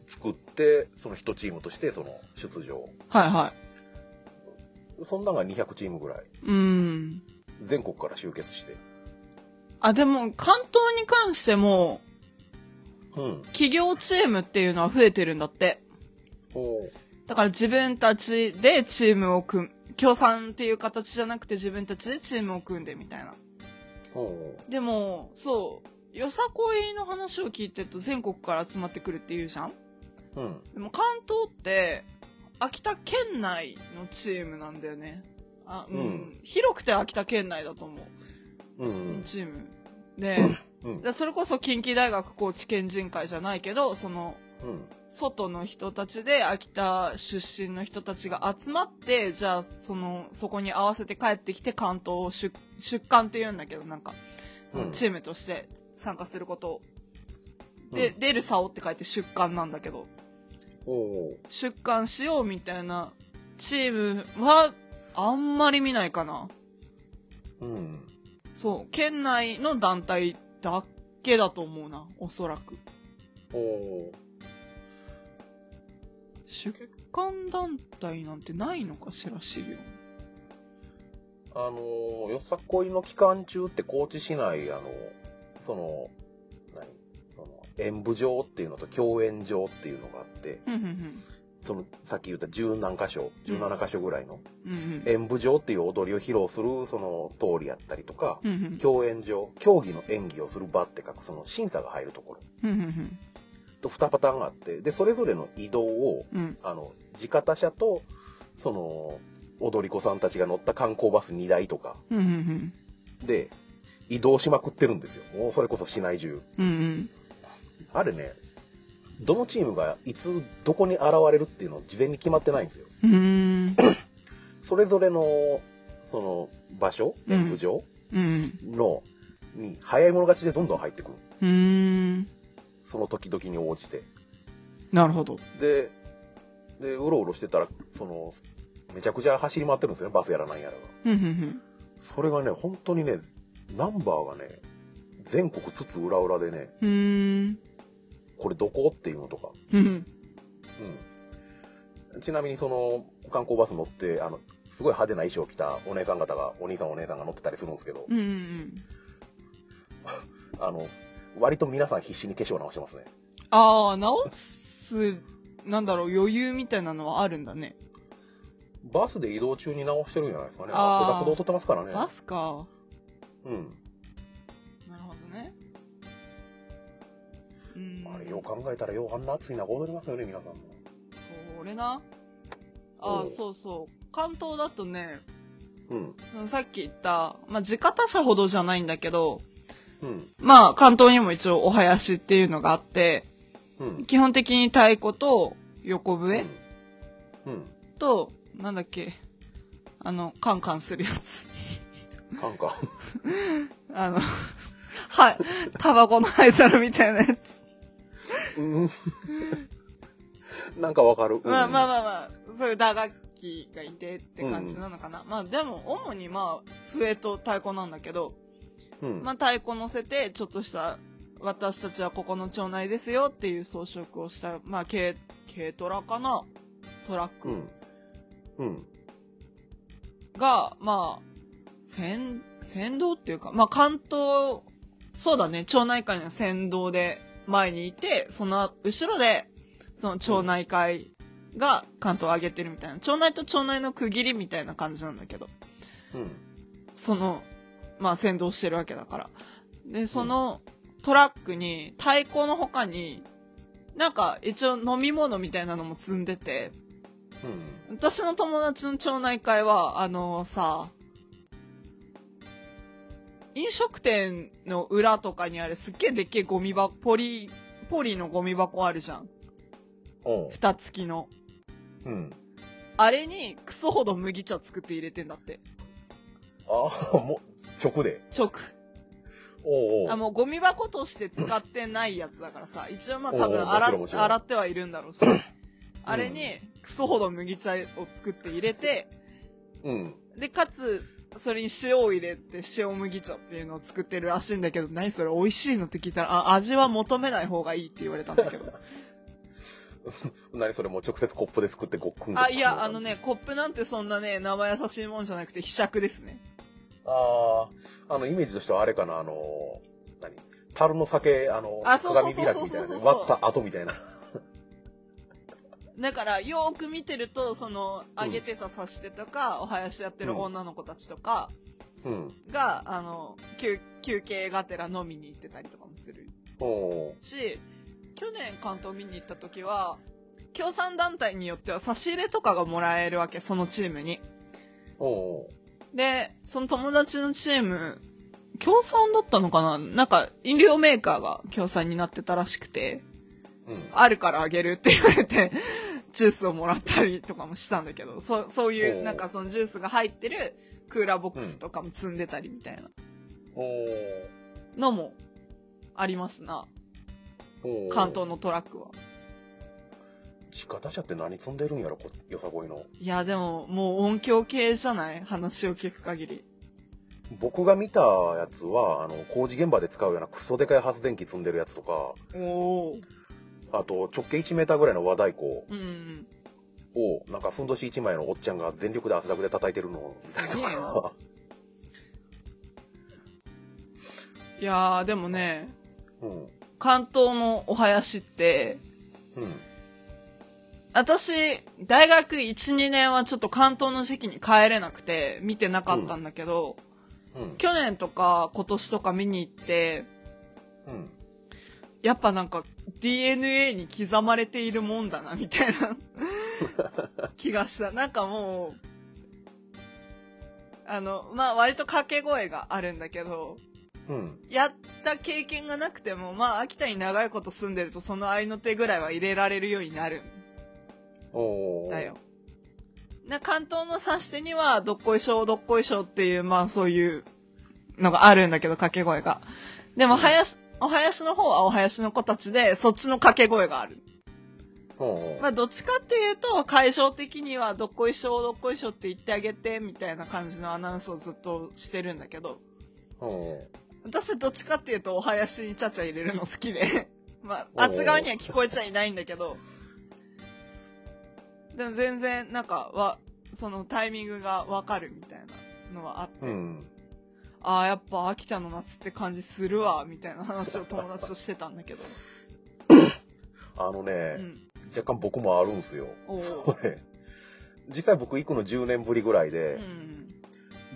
Speaker 2: 作ってその1チームとしてその出場
Speaker 1: あ。はいは
Speaker 2: そんなんが200チームぐらい
Speaker 1: い。うん。
Speaker 2: 全国から集結して
Speaker 1: あ、でも、関東に関しても、
Speaker 2: うん
Speaker 1: 企業チームっていうのは増えてるんだって。
Speaker 2: おう
Speaker 1: だから自分たちでチームを組む。協賛っていう形じゃなくて自分たちでチームを組んでみたいな。
Speaker 2: おう
Speaker 1: でも、そう、よさこいの話を聞いてると全国から集まってくるって言うじゃん
Speaker 2: うん
Speaker 1: でも関東って、秋田県内のチームなんだよね。あ、うん。
Speaker 2: うん
Speaker 1: 広くて秋田県内だと思う。
Speaker 2: うん
Speaker 1: チーム。で、
Speaker 2: うん
Speaker 1: でそれこそ近畿大学高知県人会じゃないけどその
Speaker 2: うん
Speaker 1: 外の人たちで秋田出身の人たちが集まってじゃあそのそこに合わせて帰ってきて関東を出出館って言うんだけどなんかその
Speaker 2: うん
Speaker 1: チームとして参加することを、で出る竿って書いて出館なんだけど
Speaker 2: おお
Speaker 1: 出館しようみたいなチームはあんまり見ないかな
Speaker 2: うん
Speaker 1: そう県内の団体だけだと思うなおそらく。
Speaker 2: おお
Speaker 1: 出刊団体なんてないのかしら資料
Speaker 2: あのーよさこいの期間中って高知市内あのその何その演舞場っていうのと共演場っていうのがあって
Speaker 1: うんうん
Speaker 2: そのさっき言った十何箇所17箇所ぐらいの
Speaker 1: うんうん
Speaker 2: 演舞場っていう踊りを披露するその通りやったりとか、
Speaker 1: うんうん
Speaker 2: 競演場競技の演技をする場って書くその審査が入るところ
Speaker 1: うんうん
Speaker 2: と2パターンがあってでそれぞれの移動を
Speaker 1: うん
Speaker 2: あの地方車とその踊り子さんたちが乗った観光バス2台とか
Speaker 1: うんうん
Speaker 2: で移動しまくってるんですよもうそれこそ市内中
Speaker 1: うんうん
Speaker 2: あれねどのチームがいつどこに現れるっていうのを事前に決まってないんですよ
Speaker 1: うんうん
Speaker 2: それぞれのその場所
Speaker 1: うん
Speaker 2: 演舞場、
Speaker 1: うん
Speaker 2: のに早い者勝ちでどんどん入ってくる
Speaker 1: うん
Speaker 2: その時々に応じて
Speaker 1: なるほど
Speaker 2: ででうろうろしてたらそのめちゃくちゃ走り回ってるんですよねバスやらなんやらが
Speaker 1: うんうん
Speaker 2: それがね本当にねナンバーがね全国津々浦々でね
Speaker 1: うんうん
Speaker 2: これどこっていうのとか、
Speaker 1: うん
Speaker 2: うん、ちなみにその観光バス乗ってあのすごい派手な衣装を着たお姉さん方がお兄さんお姉さんが乗ってたりするんですけど、
Speaker 1: うんうん。
Speaker 2: あの割と皆さん必死に化粧直してますね
Speaker 1: ああ、直す、なんだろう、余裕みたいなのはあるんだね。
Speaker 2: バスで移動中に直してるんじゃないですかね
Speaker 1: あー
Speaker 2: 汗だくで踊ってますからね
Speaker 1: バスか。
Speaker 2: うん
Speaker 1: なるほどね。うん。
Speaker 2: あれよう考えたらようあんな暑い中踊りますよね皆さんも
Speaker 1: そう、俺な。あ
Speaker 2: お
Speaker 1: あ、
Speaker 2: う
Speaker 1: そうそう。関東だとね、
Speaker 2: うん
Speaker 1: そのさっき言った、まあ、自家他社ほどじゃないんだけど、
Speaker 2: うん
Speaker 1: まあ、関東にも一応お囃子っていうのがあって、
Speaker 2: うん
Speaker 1: 基本的に太鼓と横
Speaker 2: え
Speaker 1: 笛
Speaker 2: うん、
Speaker 1: と、なんだっけ、あの、カンカンするやつ。
Speaker 2: うん、カンカン
Speaker 1: あの、はい、タバコの灰皿みたいなやつ。
Speaker 2: うんなんかわかる、うん
Speaker 1: まあまあまあまあ、そういう打楽器がいてって感じなのかな。まあでも、主にまあ、笛と太鼓なんだけど、
Speaker 2: うん
Speaker 1: まあ太鼓乗せて、ちょっとした、私たちはここの町内ですよっていう装飾をした、まあ軽、軽トラかなトラッ
Speaker 2: う
Speaker 1: ク
Speaker 2: んうん
Speaker 1: が、まあ、先、先導っていうか、まあ関東、そうだね、町内会の先導で前にいて、その後ろで、その町内会が関東を上げてるみたいな、町内と町内の区切りみたいな感じなんだけど。
Speaker 2: うん
Speaker 1: その、まあ、先導してるわけだから。で、そのトラックに、太鼓の他に、なんか一応飲み物みたいなのも積んでて、
Speaker 2: うん
Speaker 1: 私の友達の町内会は、あのさ、飲食店の裏とかにあるすっげえでっけえゴミ箱、ポリ、ポリのゴミ箱あるじゃん。
Speaker 2: おう
Speaker 1: 蓋付きの。
Speaker 2: うん
Speaker 1: あれにクソほど麦茶作って入れてんだって。
Speaker 2: ああもう直で
Speaker 1: 直。
Speaker 2: おうおう
Speaker 1: あもうゴミ箱として使ってないやつだからさ一応まあ多
Speaker 2: おうお
Speaker 1: 分
Speaker 2: う
Speaker 1: 洗
Speaker 2: もちろ
Speaker 1: っ
Speaker 2: んもちろん
Speaker 1: 洗ってはいるんだろう
Speaker 2: [CLEARS THROAT]
Speaker 1: しあれにクソほど麦茶を作って入れて
Speaker 2: うん
Speaker 1: でかつそれに塩を入れて塩麦茶っていうのを作ってるらしいんだけど何それ美味しいのって聞いたらあ味は求めない方がいいって言われたんだけど
Speaker 2: 何それもう直接コップで作ってごっくんごっ
Speaker 1: あ
Speaker 2: くん
Speaker 1: いやあのねコップなんてそんなね生優しいもんじゃなくて柄杓ですね
Speaker 2: あああのイメージとしてはあれかなあの何樽の酒あの
Speaker 1: あそうそう
Speaker 2: 鏡
Speaker 1: そう
Speaker 2: 開き
Speaker 1: そう
Speaker 2: みたいな
Speaker 1: そうそう
Speaker 2: ね
Speaker 1: そう
Speaker 2: 割った後みたいな
Speaker 1: だからよーく見てるとその揚げてた刺してとかお囃子やってる女の子たちとか、
Speaker 2: うん
Speaker 1: が、あの、休休憩がてら飲みに行ってたりとかもする
Speaker 2: おお
Speaker 1: し、去年関東見に行った時は、協賛団体によっては差し入れとかがもらえるわけ、そのチームに。
Speaker 2: おお
Speaker 1: で、その友達のチーム、協賛だったのかななんか、飲料メーカーが協賛になってたらしくて、
Speaker 2: うん
Speaker 1: あるからあげるって言われて、 [LAUGHS] ジュースをもらったりとかもしたんだけど、そそうい
Speaker 2: お
Speaker 1: う、
Speaker 2: う
Speaker 1: なんかそのジュースが入ってるクーラーボックスとかも積んでたりみたいな
Speaker 2: おお
Speaker 1: のもありますな。
Speaker 2: おお
Speaker 1: 関東のトラックは。
Speaker 2: 自家他社って何積んでるんやろこよさこいの
Speaker 1: いや、でも、もう音響系じゃない話を聞く限り。
Speaker 2: 僕が見たやつはあの工事現場で使うようなクソでかい発電機積んでるやつとか
Speaker 1: おお。
Speaker 2: あと直径1メーターぐらいの和太鼓
Speaker 1: うん。
Speaker 2: をなんかふんどし1枚のおっちゃんが全力で汗だくで叩いてるのを見たりと
Speaker 1: すげえ
Speaker 2: か
Speaker 1: ないやー、でもね、
Speaker 2: [LAUGHS] うん
Speaker 1: 関東のお囃子って、
Speaker 2: うん
Speaker 1: 私、大学1、2年はちょっと関東の時期に帰れなくて、見てなかったんだけど、
Speaker 2: うん
Speaker 1: 去年とか今年とか見に行って、
Speaker 2: うん
Speaker 1: やっぱなんか DNA に刻まれているもんだな、みたいな気がした。なんかもう、あの、まあ割と掛け声があるんだけど、
Speaker 2: うん
Speaker 1: やった経験がなくても、まあ秋田に長いこと住んでるとその合いの手ぐらいは入れられるようになる
Speaker 2: お
Speaker 1: ん
Speaker 2: お
Speaker 1: だよ。な関東の指し手には、どっこいしょう、どっこいしょうっていう、まあそういうのがあるんだけど、掛け声が。でも、林、お囃子の方はお囃子の子たちで、そっちの掛け声がある。
Speaker 2: おう
Speaker 1: まあ、どっちかっていうと、解消的には、どっこいしょ、どっこいしょって言ってあげて、みたいな感じのアナウンスをずっとしてるんだけど、
Speaker 2: おう
Speaker 1: 私どっちかっていうと、お囃子にちゃちゃ入れるの好きで、 [LAUGHS] まあ、あっ
Speaker 2: おー
Speaker 1: ち側には聞こえちゃいないんだけど、でも全然、なんか、わ、そのタイミングがわかるみたいなのはあって、
Speaker 2: うん。
Speaker 1: ああ、やっぱ秋田の夏って感じするわ、みたいな話を友達としてたんだけ
Speaker 2: [LAUGHS]
Speaker 1: ど。
Speaker 2: あの
Speaker 1: う
Speaker 2: ね、
Speaker 1: ん。
Speaker 2: 若干僕もあるんですよ。 [LAUGHS]
Speaker 1: おう
Speaker 2: それ。実際僕行くの10年ぶりぐらいうで、
Speaker 1: ん。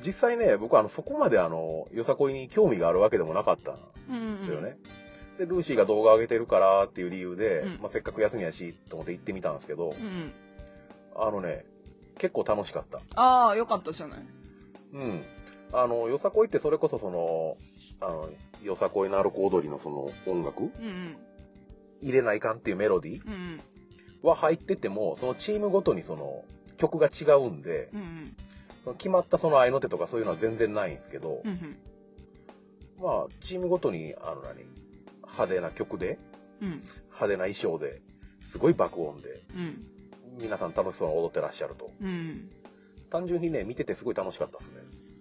Speaker 2: 実際ね、僕あの、そこまであの、よさこいに興味があるわけでもなかったん
Speaker 1: うん。
Speaker 2: ですよね。で、ルーシーが動画上げてるからっていう理由で、
Speaker 1: うん
Speaker 2: まあ、せっかく休みやし、と思って行ってみたんですけど
Speaker 1: う、ん。
Speaker 2: あのね、結構楽しかった。
Speaker 1: ああ、よかったじゃない。
Speaker 2: うん。あの、よさこいってそれこそその、あの、よさこいのある子踊りのその音楽
Speaker 1: うんうん。
Speaker 2: 入れないかんっていうメロディー
Speaker 1: うん
Speaker 2: は入ってても、そのチームごとにその曲が違うんで、
Speaker 1: うん。うん
Speaker 2: その決まったその合いの手とかそういうのは全然ないんですけど
Speaker 1: うん。う、ん
Speaker 2: まあ、チームごとに、あの何、派手な曲で、
Speaker 1: うん。うん
Speaker 2: 派手な衣装で、すごい爆音で、
Speaker 1: うん。
Speaker 2: 皆さん楽しそうに踊ってらっしゃると。
Speaker 1: うん。
Speaker 2: 単純にね、見ててすごい楽しかったですね。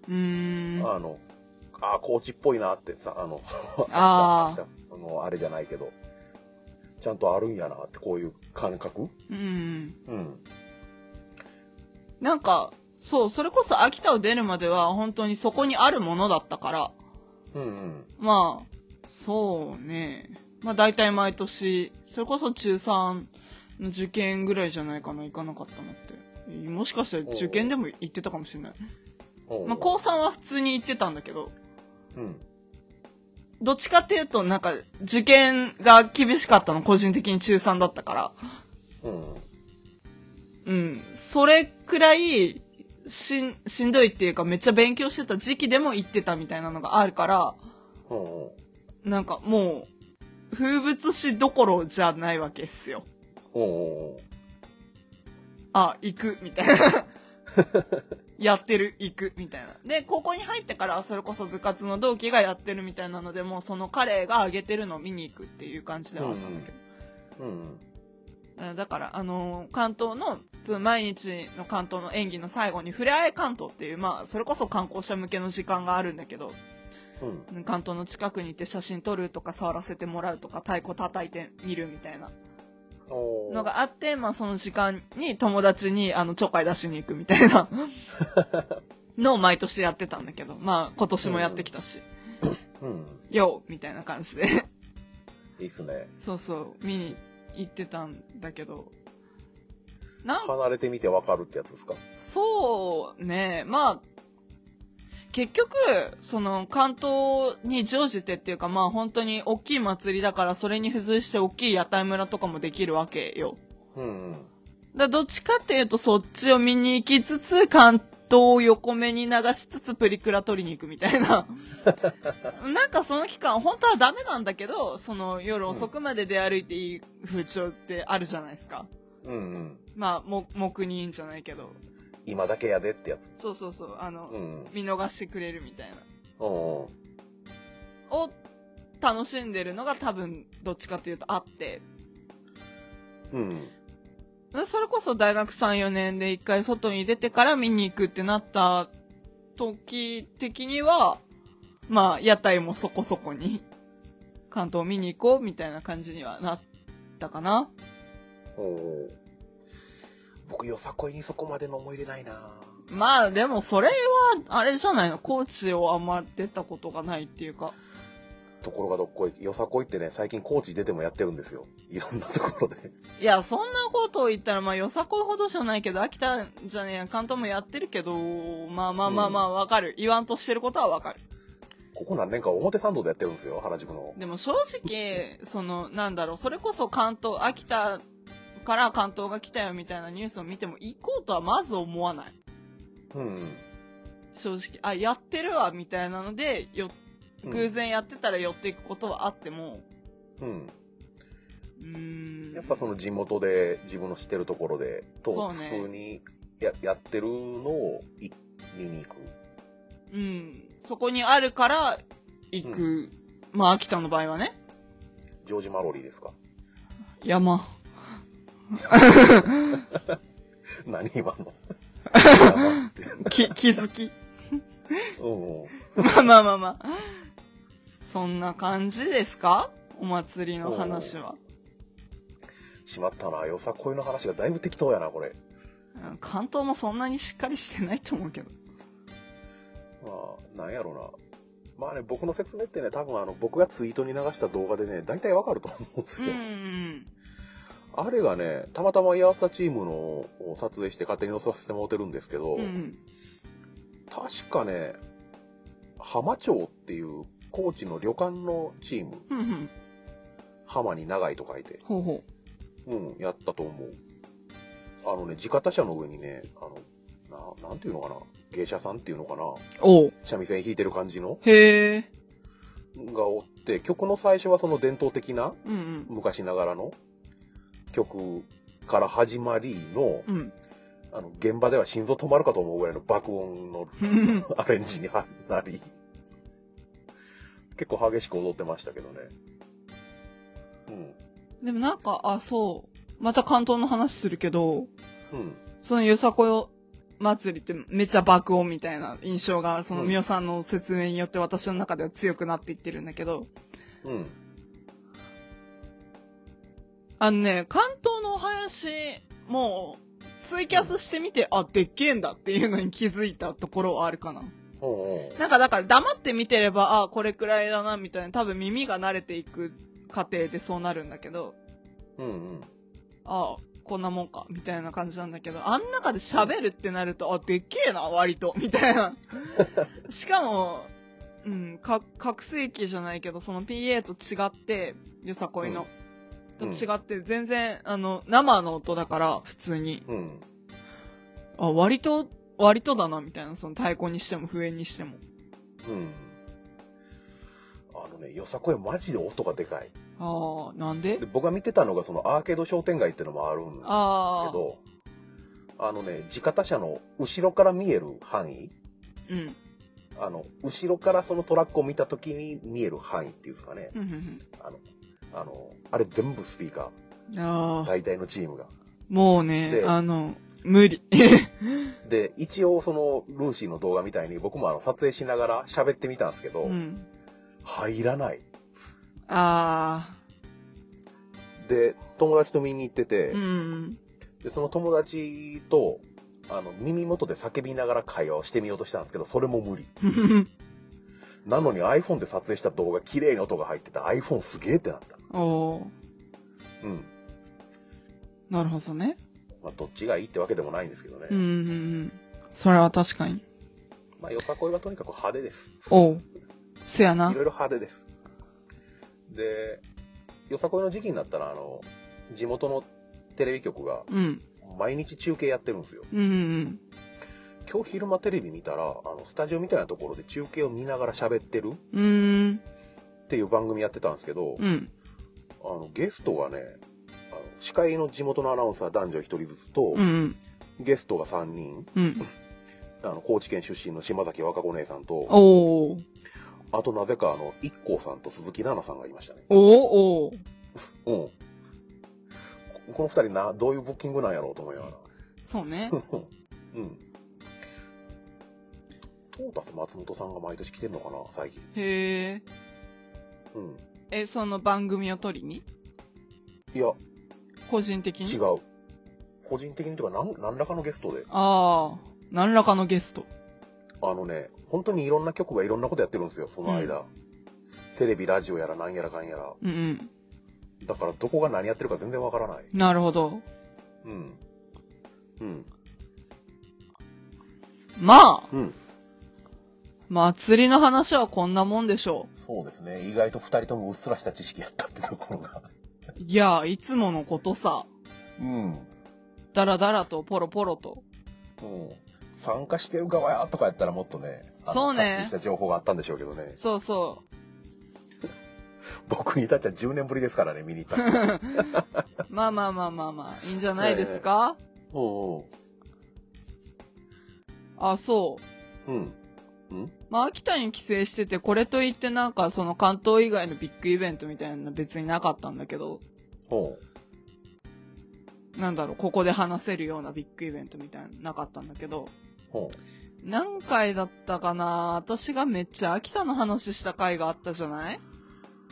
Speaker 1: うーん。
Speaker 2: あの、ああ、コーチっぽいなってさ、あの、
Speaker 1: あー
Speaker 2: [LAUGHS] あの、あれじゃないけど、ちゃんとあるんやなって、こういう感覚
Speaker 1: うん。
Speaker 2: うん。
Speaker 1: なんか、そう、それこそ秋田を出るまでは本当にそこにあるものだったから、
Speaker 2: うんうん。
Speaker 1: まあ、そうね。まあ大体毎年、それこそ中3の受験ぐらいじゃないかな、行かなかったのって。もしかしたら受験でも行ってたかもしれない。
Speaker 2: おう
Speaker 1: まあ高3は普通に行ってたんだけど、
Speaker 2: うん。
Speaker 1: どっちかっていうとなんか受験が厳しかったの、個人的に中3だったから。
Speaker 2: うん。
Speaker 1: うん。それくらい、しん、しんどいっていうかめっちゃ勉強してた時期でも行ってたみたいなのがあるから、
Speaker 2: うん。うん。
Speaker 1: なんかもう、風物詩どころじゃないわけっすよ。
Speaker 2: うん。
Speaker 1: あ、行く、みたいな。やってる、行く、みたいな。で、高校に入ってから、それこそ部活の同期がやってるみたいなので、もうその彼が上げてるのを見に行くっていう感じではあったんだけど。
Speaker 2: うん。
Speaker 1: あだから、あのー関東の、その毎日の関東の演技の最後に、ふれあい関東っていう、まあ、それこそ観光者向けの時間があるんだけど、
Speaker 2: うん。
Speaker 1: 関東の近くに行って写真撮るとか、触らせてもらうとか、太鼓叩いてみるみたいな
Speaker 2: おー
Speaker 1: のがあって、まあ、その時間に友達にあのちょっかい出しに行くみたい
Speaker 2: [LAUGHS]
Speaker 1: なのを毎年やってたんだけど、まあ、今年もやってきたし、
Speaker 2: うん。
Speaker 1: ようみたいな感じで
Speaker 2: いいっすね。
Speaker 1: そうそう見に行ってたんだけどなん
Speaker 2: 離れてみてわかるってやつですか
Speaker 1: そうねまあ結局その関東に乗じてっていうかまあ本当に大きい祭りだからそれに付随して大きい屋台村とかもできるわけよ。
Speaker 2: うんうん。
Speaker 1: だからどっちかっていうとそっちを見に行きつつ関東を横目に流しつつプリクラ撮りに行くみたいななんかその期間本当はダメなんだけどその夜遅くまで出歩いていい風潮ってあるじゃないですか、
Speaker 2: うんうん。
Speaker 1: まあも黙認じゃないけど
Speaker 2: 今だけやでってやつ。
Speaker 1: そうそうそうあの、
Speaker 2: うんうん。
Speaker 1: 見逃してくれるみたいな
Speaker 2: お
Speaker 1: を楽しんでるのが多分どっちかっていうとあって
Speaker 2: うんうん。
Speaker 1: それこそ大学3、4年で一回外に出てから見に行くってなった時的には、まあ、屋台もそこそこに、関東見に行こうみたいな感じにはなったかな。
Speaker 2: おおー僕、よさこいにそこまでの思い入れないな
Speaker 1: まあ、でもそれは、あれじゃないの、高知をあんま出たことがないっていうか。
Speaker 2: ところがどっこい、よさこいってね、最近高知出てもやってるんですよ。いろんなところで。
Speaker 1: いや、そんなことを言ったら、まあ、よさこいほどじゃないけど、秋田じゃねえや、関東もやってるけど、まあまあまあまあ、わかる。言わんとしてることはわかる。
Speaker 2: ここ何年か表参道でやってるんですよ、原宿の。
Speaker 1: でも正直、その、なんだろう、それこそ関東、秋田から関東が来たよみたいなニュースを見ても、行こうとはまず思わない。
Speaker 2: うん。
Speaker 1: 正直。あ、やってるわ、みたいなので、よ、
Speaker 2: うん
Speaker 1: 偶然やってたら寄っていくことはあっても、
Speaker 2: うん。
Speaker 1: うーん。
Speaker 2: やっぱその地元で、自分の知ってるところで、
Speaker 1: そ
Speaker 2: と、
Speaker 1: うね
Speaker 2: 普通にややってるのをい見に行く。
Speaker 1: うん。そこにあるから、行く。まあ、秋田の場合はね、
Speaker 2: ジョージ・マロリーですか [LAUGHS]
Speaker 1: 山。
Speaker 2: 何今の。 [LAUGHS] 黙って
Speaker 1: き、気づき。
Speaker 2: うんうん。
Speaker 1: まあ [LAUGHS] まあまあまあ。そんな感じですかお祭りの話は。
Speaker 2: しまったな。よさこいの話がだいぶ適当やな、これ。
Speaker 1: うん関東もそんなにしっかりしてないと思うけど。
Speaker 2: まあ、なんやろな。まあね、僕の説明ってね、多分あの、僕がツイートに流した動画でね、大体わかると思うんです
Speaker 1: う
Speaker 2: よ。
Speaker 1: ん。
Speaker 2: あれがね、たまたまイヤーサチームのを撮影して勝手に載せてもらってるんですけど、
Speaker 1: うん。
Speaker 2: 確かね、浜町っていう高知の旅館のチーム、
Speaker 1: うん。うん。
Speaker 2: 浜に長いと書いて、
Speaker 1: ほうほ
Speaker 2: うん、やったと思う。あのね、自家他車の上にね、あの、ななんていうのかな、芸者さんっていうのかな、
Speaker 1: う。おう。
Speaker 2: 三味線弾いてる感じの
Speaker 1: へえ。
Speaker 2: がおって、曲の最初はその伝統的な
Speaker 1: うん
Speaker 2: 昔ながらの曲から始まりの,、
Speaker 1: うん。うん。
Speaker 2: あの現場では心臓止まるかと思うぐらいの爆音の
Speaker 1: うん [LAUGHS]
Speaker 2: [LAUGHS] アレンジになり結構激しく踊ってましたけどね
Speaker 1: でもなんか、あ、そう。また関東の話するけど、
Speaker 2: うんうん
Speaker 1: そのよさこよ祭りってめっちゃ爆音みたいな印象が、その
Speaker 2: うん
Speaker 1: みおさんの説明によって私の中では強くなっていってるんだけど、
Speaker 2: うん
Speaker 1: あのね、関東のお囃子もツイキャスしてみて、あ、でっけえんだっていうのに気づいたところはあるかな。
Speaker 2: ほうほ
Speaker 1: なんかだから黙って見てれば、あ、これくらいだなみたいな、多分耳が慣れていく過程でそうなるんだけど、
Speaker 2: ううんうん
Speaker 1: あ、こんなもんかみたいな感じなんだけど、あん中で喋るってなると、あ、でっけえな、割とみたい
Speaker 2: [LAUGHS]
Speaker 1: な。しかも、うん、か、覚醒器じゃないけど、その PA と違って、よさこいの。
Speaker 2: うん
Speaker 1: と違って全然、あの生の音だから普通に
Speaker 2: うん
Speaker 1: あ割と割とだなみたいなその太鼓にしても笛にしても
Speaker 2: うんあのねよさこいマジで音がでかい
Speaker 1: ああなんで
Speaker 2: で僕が見てたのがそのアーケード商店街っていうのもあるんです
Speaker 1: あ
Speaker 2: け
Speaker 1: あ
Speaker 2: どあのね地方車の後ろから見える範囲
Speaker 1: うん
Speaker 2: あの後ろからそのトラックを見た時に見える範囲っていうんですかね
Speaker 1: うんうん
Speaker 2: あのあのあれ全部スピーカ
Speaker 1: うんあ
Speaker 2: ー
Speaker 1: あ
Speaker 2: 大体のチームが
Speaker 1: もうね
Speaker 2: で
Speaker 1: あの無
Speaker 2: [LAUGHS]
Speaker 1: 理
Speaker 2: で一応そのルーシーの動画みたいに僕もあの撮影しながら喋ってみたんですけど、
Speaker 1: うん
Speaker 2: 入らない
Speaker 1: あ
Speaker 2: で友達と見に行って
Speaker 1: あ
Speaker 2: て、
Speaker 1: うん
Speaker 2: でその友達とあの耳元で叫びながら会話をしてみようとしたんですけどそれも無理
Speaker 1: うん
Speaker 2: なのに iPhone で撮影した動画綺麗に音が入ってた iPhone すげえってなった
Speaker 1: お [LAUGHS] お
Speaker 2: うん
Speaker 1: なるほどね
Speaker 2: まあどっちがいいってわけでもないんですけどね、
Speaker 1: うんうんうんそれは確かに
Speaker 2: まあよさこいはとにかく派手です
Speaker 1: おうせやない
Speaker 2: ろいろ派手です。で、よさこいの時期になったら、あの、地元のテレビ局が
Speaker 1: うん
Speaker 2: 毎日中継やってるんですよ。
Speaker 1: うんうん
Speaker 2: 今日昼間テレビ見たら、あの、スタジオみたいなところで中継を見ながら喋ってる
Speaker 1: うんうーん
Speaker 2: っていう番組やってたんですけど、あ
Speaker 1: うん
Speaker 2: の、ゲストがね、あの司会の地元のアナウンサー男女一人ずつと、
Speaker 1: うん
Speaker 2: ゲストが3人、
Speaker 1: うんうん
Speaker 2: あの、高知県出身の島崎和歌子姉さんと、
Speaker 1: おお
Speaker 2: あとなぜかあの、一光さんと鈴木奈々さんがいましたね。
Speaker 1: おーおー
Speaker 2: うん。ここの二人な、どういうブッキングなんやろうと思いながら。
Speaker 1: そうね
Speaker 2: うん。トータス松本さんが毎年来てるのかな、最近。
Speaker 1: へえ
Speaker 2: うん。
Speaker 1: えその番組を取りに
Speaker 2: いや、
Speaker 1: 個人的に
Speaker 2: 違う。個人的にというか、なん何らかのゲストで。
Speaker 1: ああ何らかのゲスト
Speaker 2: あのね、本当にいろんな曲がいろんなことやってるんですよ、その間。テレビ、ラジオやら何やらかんやら。
Speaker 1: うん
Speaker 2: だからどこが何やってるか全然わからない。
Speaker 1: うんなるほど
Speaker 2: うん。うん。
Speaker 1: まあ
Speaker 2: うん。
Speaker 1: 祭りの話はこんなもんでしょ
Speaker 2: そうですね。意外と二人ともうっすらした知識やったってところが。
Speaker 1: ういやいつものことさ
Speaker 2: うん。
Speaker 1: だらだらとポロポロと
Speaker 2: うん、参加してる側やとかやったらもっとねあの
Speaker 1: そうね
Speaker 2: はっきりした情報があったんでしょうけどね
Speaker 1: そうそ
Speaker 2: 僕に至っちゃ10年ぶりですからね見に行ったの
Speaker 1: うまあまあまあまあまあいいんじゃないですか、
Speaker 2: [LAUGHS] おう
Speaker 1: あそう
Speaker 2: おううんうん
Speaker 1: まあ秋田に帰省しててこれといってなんかその関東以外のビッグイベントみたいなの別になかったんだけど
Speaker 2: おう
Speaker 1: なんだろう、ここで話せるようなビッグイベントみたいなのなかったんだけど、
Speaker 2: おう
Speaker 1: 何回だったかな私がめっちゃ秋田の話した回があったじゃない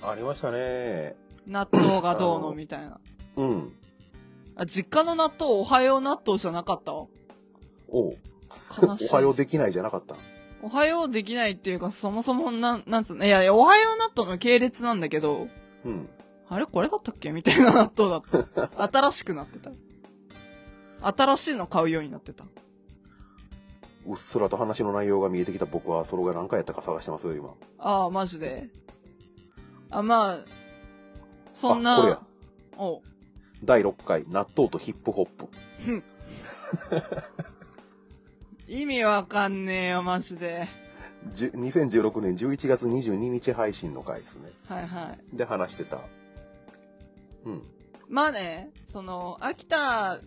Speaker 2: ありましたね
Speaker 1: 納豆がどう
Speaker 2: あ
Speaker 1: の
Speaker 2: の
Speaker 1: みたいな。
Speaker 2: うん
Speaker 1: あ、実家の納豆おはよう納豆じゃなかったわ。
Speaker 2: おう
Speaker 1: 悲しい。
Speaker 2: おはようできないじゃなかった
Speaker 1: おはようできないっていうか、そもそもなん、なんつうの、いやいや、おはよう納豆の系列なんだけど、
Speaker 2: うん
Speaker 1: あれこれだったっけみたいな納豆だった。
Speaker 2: [LAUGHS]
Speaker 1: 新しくなってた。新しいの買うようになってた。
Speaker 2: うっすらと話の内容が見えてきた僕はそれが何回やったか探してますよ今
Speaker 1: ああ、マジで。あ、まあ、そんな、
Speaker 2: あこれや
Speaker 1: おう
Speaker 2: 第6回納豆とヒップホップ
Speaker 1: 意味わかんねえよ、マジで。
Speaker 2: じゅ2016年11月22日配信の回ですね
Speaker 1: はいはい。
Speaker 2: で話してたうん
Speaker 1: まあね、その、秋田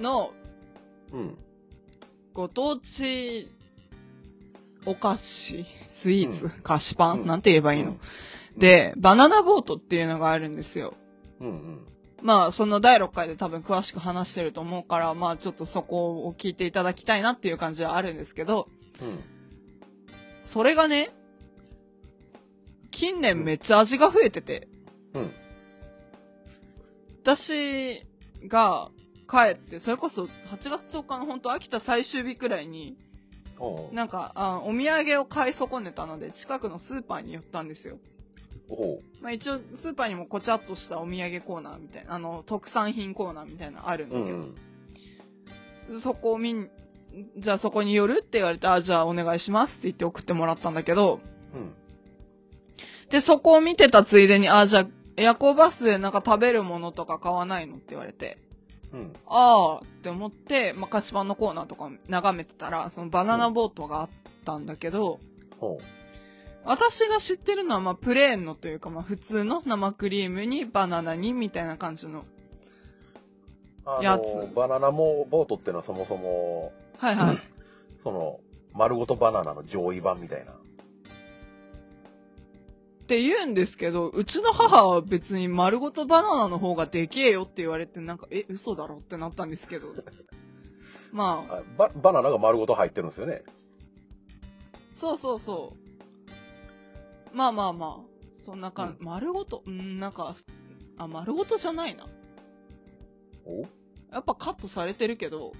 Speaker 1: の
Speaker 2: うん
Speaker 1: ご当地お菓子、スイーツ、
Speaker 2: うん
Speaker 1: 菓子パン、
Speaker 2: うん
Speaker 1: なんて言えばいいの、
Speaker 2: うん
Speaker 1: で、バナナボートっていうのがあるんですよ。
Speaker 2: うんうん
Speaker 1: まあ、その第6回で多分詳しく話してると思うから、まあ、ちょっとそこを聞いていただきたいなっていう感じはあるんですけど、
Speaker 2: うん
Speaker 1: それがね、近年めっちゃ味が増えてて、
Speaker 2: うん
Speaker 1: 私が帰って、それこそ8月10日の本当秋田最終日くらいに、
Speaker 2: おう
Speaker 1: なんかあお土産を買い損ねたので近くのスーパーに寄ったんですよ、
Speaker 2: おう
Speaker 1: まあ、一応スーパーにもこちゃっとしたお土産コーナーみたいなあの特産品コーナーみたいなのあるんだ
Speaker 2: う
Speaker 1: け
Speaker 2: ん
Speaker 1: ど、
Speaker 2: うん
Speaker 1: そこを見んじゃあそこに寄るって言われてあじゃあお願いしますって言って送ってもらったんだけど
Speaker 2: うん
Speaker 1: でそこを見てたついでにあじゃあ夜行バスでなんか食べるものとか買わないのって言われて
Speaker 2: うん
Speaker 1: ああって思って、まあ、菓子パンのコーナーとか眺めてたらそのバナナボートがあったんだけど、
Speaker 2: おう
Speaker 1: 私が知ってるのは、まあ、プレーンのというか、まあ、普通の生クリームにバナナにみたいな感じの。
Speaker 2: あ
Speaker 1: や
Speaker 2: の
Speaker 1: つ
Speaker 2: バナナもボートってのはそもそも
Speaker 1: はいはい。
Speaker 2: その丸ごとバナナの上位版みたいな
Speaker 1: って言うんですけど、うちの母は別に丸ごとバナナの方がでけえよって言われて、なんか、え、嘘だろってなったんです
Speaker 2: [LAUGHS]
Speaker 1: けど。まあ、
Speaker 2: あババナナが丸ごと入ってるんですよね
Speaker 1: そうそうそう。まあまあまあ、そんな感じ。
Speaker 2: う
Speaker 1: 丸ごと、うん、なんか、あ、丸ごとじゃないな。
Speaker 2: おう
Speaker 1: やっぱカットされてるけど、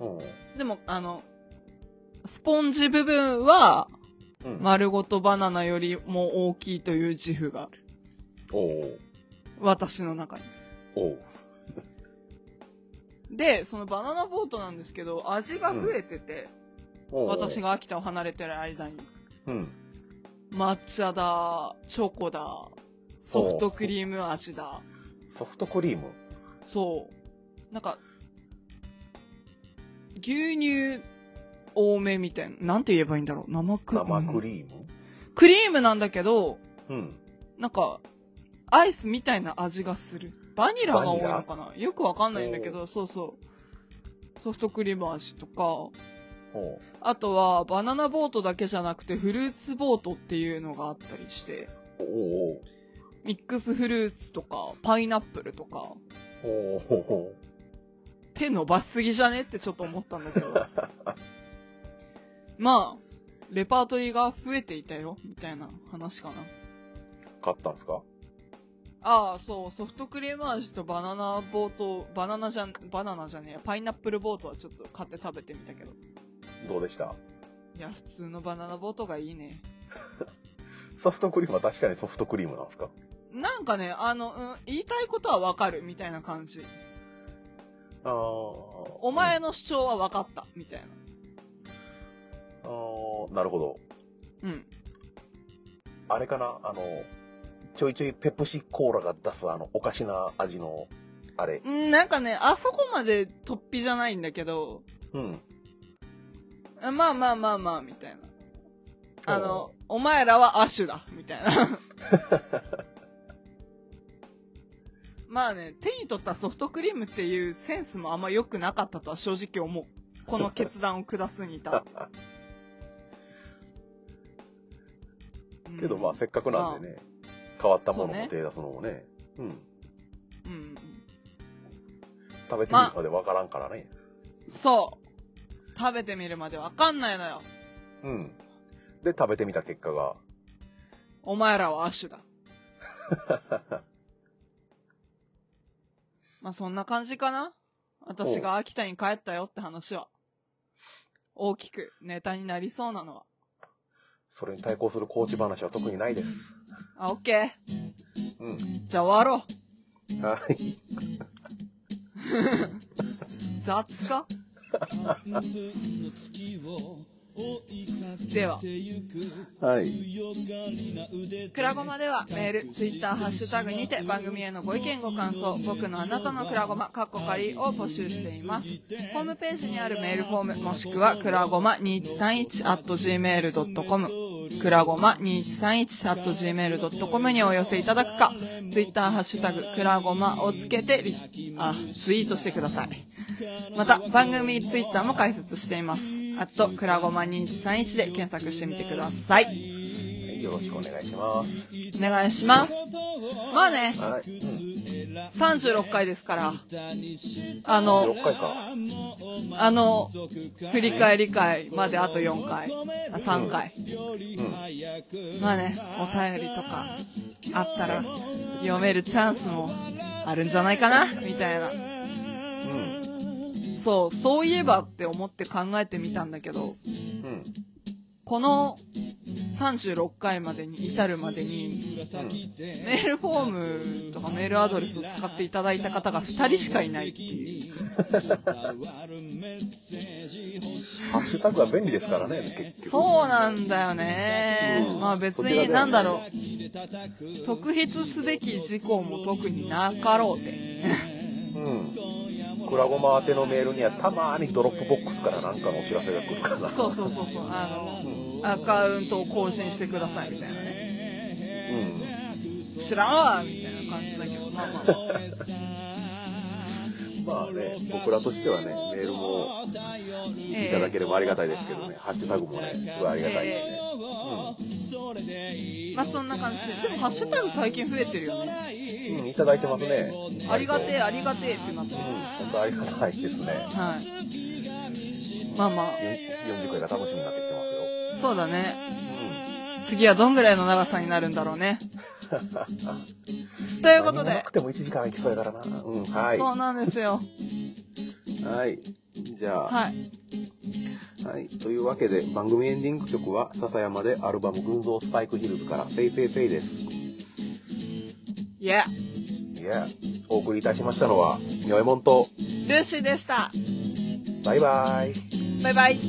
Speaker 2: うん
Speaker 1: でも、あの、スポンジ部分は、
Speaker 2: うん
Speaker 1: 丸ごとバナナよりも大きいという自負がある。
Speaker 2: おう
Speaker 1: 私の中に。
Speaker 2: おう
Speaker 1: で、そのバナナボートなんですけど、味が増えてて、
Speaker 2: おう
Speaker 1: 私が秋田を離れてる間に、
Speaker 2: うん
Speaker 1: 抹茶だ、チョコだ、ソフトクリーム味だ、
Speaker 2: ソフトクリーム
Speaker 1: そう。なんか、牛乳多めみたいな。なんて言えばいいんだろう。生クリーム。
Speaker 2: 生クリーム
Speaker 1: クリームなんだけど、
Speaker 2: うん
Speaker 1: なんか、アイスみたいな味がする。バニラが多いのかなよくわかんないんだけど、そうそう。ソフトクリーム味とか、
Speaker 2: おう
Speaker 1: あとはバナナボートだけじゃなくてフルーツボートっていうのがあったりして、
Speaker 2: おう
Speaker 1: ミックスフルーツとか、パイナップルとか、
Speaker 2: おうおうおう
Speaker 1: 手伸ばしすぎじゃねってちょっと思ったんだけど。 [LAUGHS] まあ、レパートリーが増えていたよ、みたいな話かな。
Speaker 2: 買ったんですか
Speaker 1: ああ、そう、ソフトクリーム味とバナナボート、バナナじゃん、バナナじゃねえや、パイナップルボートはちょっと買って食べてみたけど。
Speaker 2: どうでした
Speaker 1: いや、普通のバナナボートがいいね。
Speaker 2: ソフトクリームは確かにソフトクリームなんですか
Speaker 1: なんかね、あの、うん、言いたいことはわかる、みたいな感じ。
Speaker 2: ああ
Speaker 1: お前の主張はわかった、みたいな。
Speaker 2: あーなるほど
Speaker 1: うん。
Speaker 2: あれかなあのちょいちょいペプシコーラが出すあのおかしな味のあれ
Speaker 1: うん、なんかね、あそこまで突飛じゃないんだけど、
Speaker 2: うん
Speaker 1: あまあまあまあまあ、みたいな。あ
Speaker 2: おう
Speaker 1: の、お前らはアシュだ、みたいな。 [LAUGHS] まあね、手に取ったソフトクリームっていうセンスもあんま良くなかったとは正直思う。この決断を下すに至る。うん
Speaker 2: けどまあせっかくなんでね、変わったものも手出すのもねうん
Speaker 1: うん。
Speaker 2: 食べてみるまでわからんからね、
Speaker 1: そう。食べてみるまでわかんないのよ。
Speaker 2: うんで食べてみた結果が [LAUGHS]
Speaker 1: お前らはアッシュだ。まあそんな感じかな私が秋田に帰ったよって話は。大きくネタになりそうなのは。
Speaker 2: それに対抗するコーチ話は特にないです。
Speaker 1: あ、オッケ
Speaker 2: うん。
Speaker 1: ー。じゃあ終わろう。
Speaker 2: はい。
Speaker 1: 雑か
Speaker 3: では、
Speaker 2: はい。
Speaker 3: ク
Speaker 1: ク
Speaker 3: ラ
Speaker 1: ラ
Speaker 3: ゴ
Speaker 1: ゴ
Speaker 3: マ
Speaker 1: マ
Speaker 3: で
Speaker 1: で
Speaker 3: は
Speaker 1: は
Speaker 3: メ
Speaker 1: メ
Speaker 3: ー
Speaker 1: ー
Speaker 3: ル、
Speaker 1: ル、
Speaker 3: ツ
Speaker 1: ツ
Speaker 3: イ
Speaker 1: イ
Speaker 3: ッ
Speaker 1: ッ
Speaker 3: ター、
Speaker 1: ター、
Speaker 3: ハ
Speaker 1: ハ
Speaker 3: ッ
Speaker 1: ッ
Speaker 3: シ
Speaker 1: シ
Speaker 3: ュ
Speaker 1: ュ
Speaker 3: タ
Speaker 1: タ
Speaker 3: グ
Speaker 1: グ
Speaker 3: に
Speaker 1: に
Speaker 3: て
Speaker 1: て
Speaker 3: 番
Speaker 1: 番
Speaker 3: 組
Speaker 1: 組
Speaker 3: へ
Speaker 1: へ
Speaker 3: の
Speaker 1: の
Speaker 3: ご
Speaker 1: ご
Speaker 3: 意
Speaker 1: 意
Speaker 3: 見
Speaker 1: 見
Speaker 3: ご
Speaker 1: ご
Speaker 3: 感
Speaker 1: 感
Speaker 3: 想
Speaker 1: 想、、
Speaker 3: 僕
Speaker 1: 僕
Speaker 3: の
Speaker 1: の
Speaker 3: あ
Speaker 1: あ
Speaker 3: な
Speaker 1: な
Speaker 3: た
Speaker 1: た
Speaker 3: の
Speaker 1: の
Speaker 3: ク
Speaker 1: ク
Speaker 3: ラ
Speaker 1: ラ
Speaker 3: ゴ
Speaker 1: ゴ
Speaker 3: マ、
Speaker 1: マ、カ
Speaker 3: カッ
Speaker 1: ッ
Speaker 3: コ
Speaker 1: コ
Speaker 3: 仮
Speaker 1: 仮
Speaker 3: を
Speaker 1: を
Speaker 3: 募
Speaker 1: 募
Speaker 3: 集
Speaker 1: 集
Speaker 3: し
Speaker 1: してて
Speaker 3: い
Speaker 1: い
Speaker 3: ま
Speaker 1: ますす。。
Speaker 3: ホ
Speaker 1: ホー
Speaker 3: ーム
Speaker 1: ム
Speaker 3: ペ
Speaker 1: ペ
Speaker 3: ー
Speaker 1: ー
Speaker 3: ジ
Speaker 1: ジ
Speaker 3: に
Speaker 1: に
Speaker 3: あ
Speaker 1: あ
Speaker 3: る
Speaker 1: る
Speaker 3: メ
Speaker 1: メ
Speaker 3: ー
Speaker 1: ー
Speaker 3: ル
Speaker 1: ル
Speaker 3: フ
Speaker 1: フ
Speaker 3: ォ
Speaker 1: ォ
Speaker 3: ー
Speaker 1: ー
Speaker 3: ム、
Speaker 1: ム
Speaker 3: も
Speaker 1: も
Speaker 3: し
Speaker 1: し
Speaker 3: く
Speaker 1: く
Speaker 3: は
Speaker 1: は
Speaker 3: ク
Speaker 1: ク
Speaker 3: ラ
Speaker 1: ラ
Speaker 3: ゴ
Speaker 1: ゴ
Speaker 3: マ
Speaker 1: マ
Speaker 3: 2131@gmail.com
Speaker 1: 2131-gmail.com にお寄せいただくか、ツイッターハッシュタグクラゴマをつけてリ、あ、ツイートしてください。また、番組ツイッターも開設しています。あと、クラゴマ2131で検索してみてください。
Speaker 2: よろしくお願いします。
Speaker 1: お願いします。まあね、
Speaker 2: はい。うん。
Speaker 1: 36回ですから、あの
Speaker 2: 6、回か。
Speaker 1: あの、振り返り会まであと4回、あ3回。まあね、お便りとかあったら読めるチャンスもあるんじゃないかなみたいな。
Speaker 2: うん。
Speaker 1: そう、そういえばって思って考えてみたんだけど、
Speaker 2: うん。
Speaker 1: この36回までに至るまでにメールフォーム [LAUGHS] とかメールアドレスを使っていただいた方が2人しかいないっていう。
Speaker 2: ハッシュタグは便利ですからね、結局。
Speaker 1: そうなんだよね
Speaker 2: う。ん
Speaker 1: まあ別になんだろう。特筆すべき事項も特になかろうて。
Speaker 2: うん。クラゴマ宛てのメールにはたまにドロップボックスからなんかのお知らせが来るから。
Speaker 1: [LAUGHS] そうそうそうそう。あの、アカウントを更新してくださいみたいなね。
Speaker 2: う
Speaker 1: 知らんわみたいな感じだけど、まあまあまあ。
Speaker 2: ん。まあね、僕らとしてはね、メールも [LAUGHS] いただければありがたいですけどね、ハッシュタグもね、すごいありがたいんでね。
Speaker 1: まあそんな感じで。でもハッシュタグ最近増えてるよね。
Speaker 2: うん、うん、いただいてますね。
Speaker 1: ありがてえ、
Speaker 2: うん、
Speaker 1: ありがてえってなってる。
Speaker 2: 本当ありがたいですね。
Speaker 1: はい。まあま
Speaker 2: よ40回が楽しみになってきてますよ。
Speaker 1: あ、そうだね。次はどんぐらいの長さになるんだろう
Speaker 2: [LAUGHS]
Speaker 1: ね。という
Speaker 2: うん。
Speaker 1: こと
Speaker 2: 何もな
Speaker 1: で
Speaker 2: く、ても1時間はいきそうやからな。うん、はい。
Speaker 1: そうなんですよ。
Speaker 2: はい。じゃあ、
Speaker 1: はい。
Speaker 2: はい。というわけで、番組エンディング曲は、笹山でアルバム、群像スパイクヒルズから、せいせいせいです。い
Speaker 1: いや、
Speaker 2: や、お送りいたしましたのは、みょえもんと、
Speaker 1: ルーシーでした。
Speaker 2: バイバイ。
Speaker 1: バイバイ。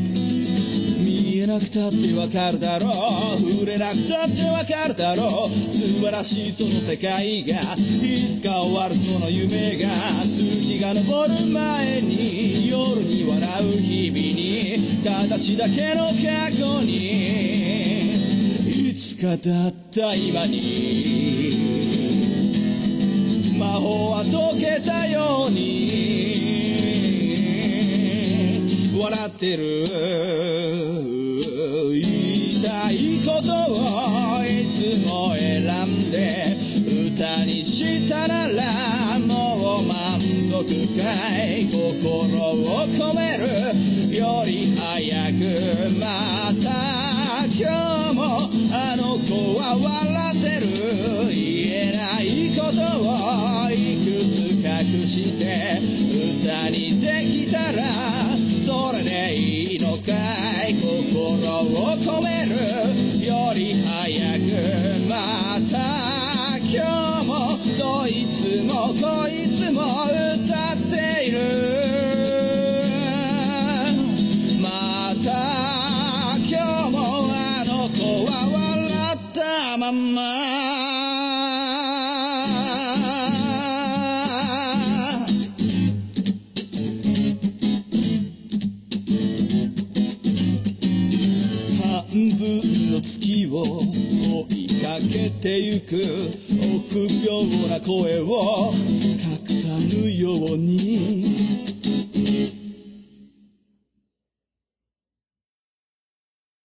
Speaker 3: 見えなくたってわかるだろう触れなくたってわかるだろう素晴らしいその世界がいつか終わるその夢が月が昇る前に夜に笑う日々に形だけの過去にいつかだった今に魔法は解けたように笑ってる言いたいことをいつも選んで歌にしたならもう満足かい心を込めるより早くまた今日もあの子は笑ってる言えないことをいくつ隠して歌にできたらそれでいいのかい心を込めるより早くまた今日もどいつもこいつも歌っているまた今日もあの子は笑ったまんま半分の月を追いかけてゆく臆病な声を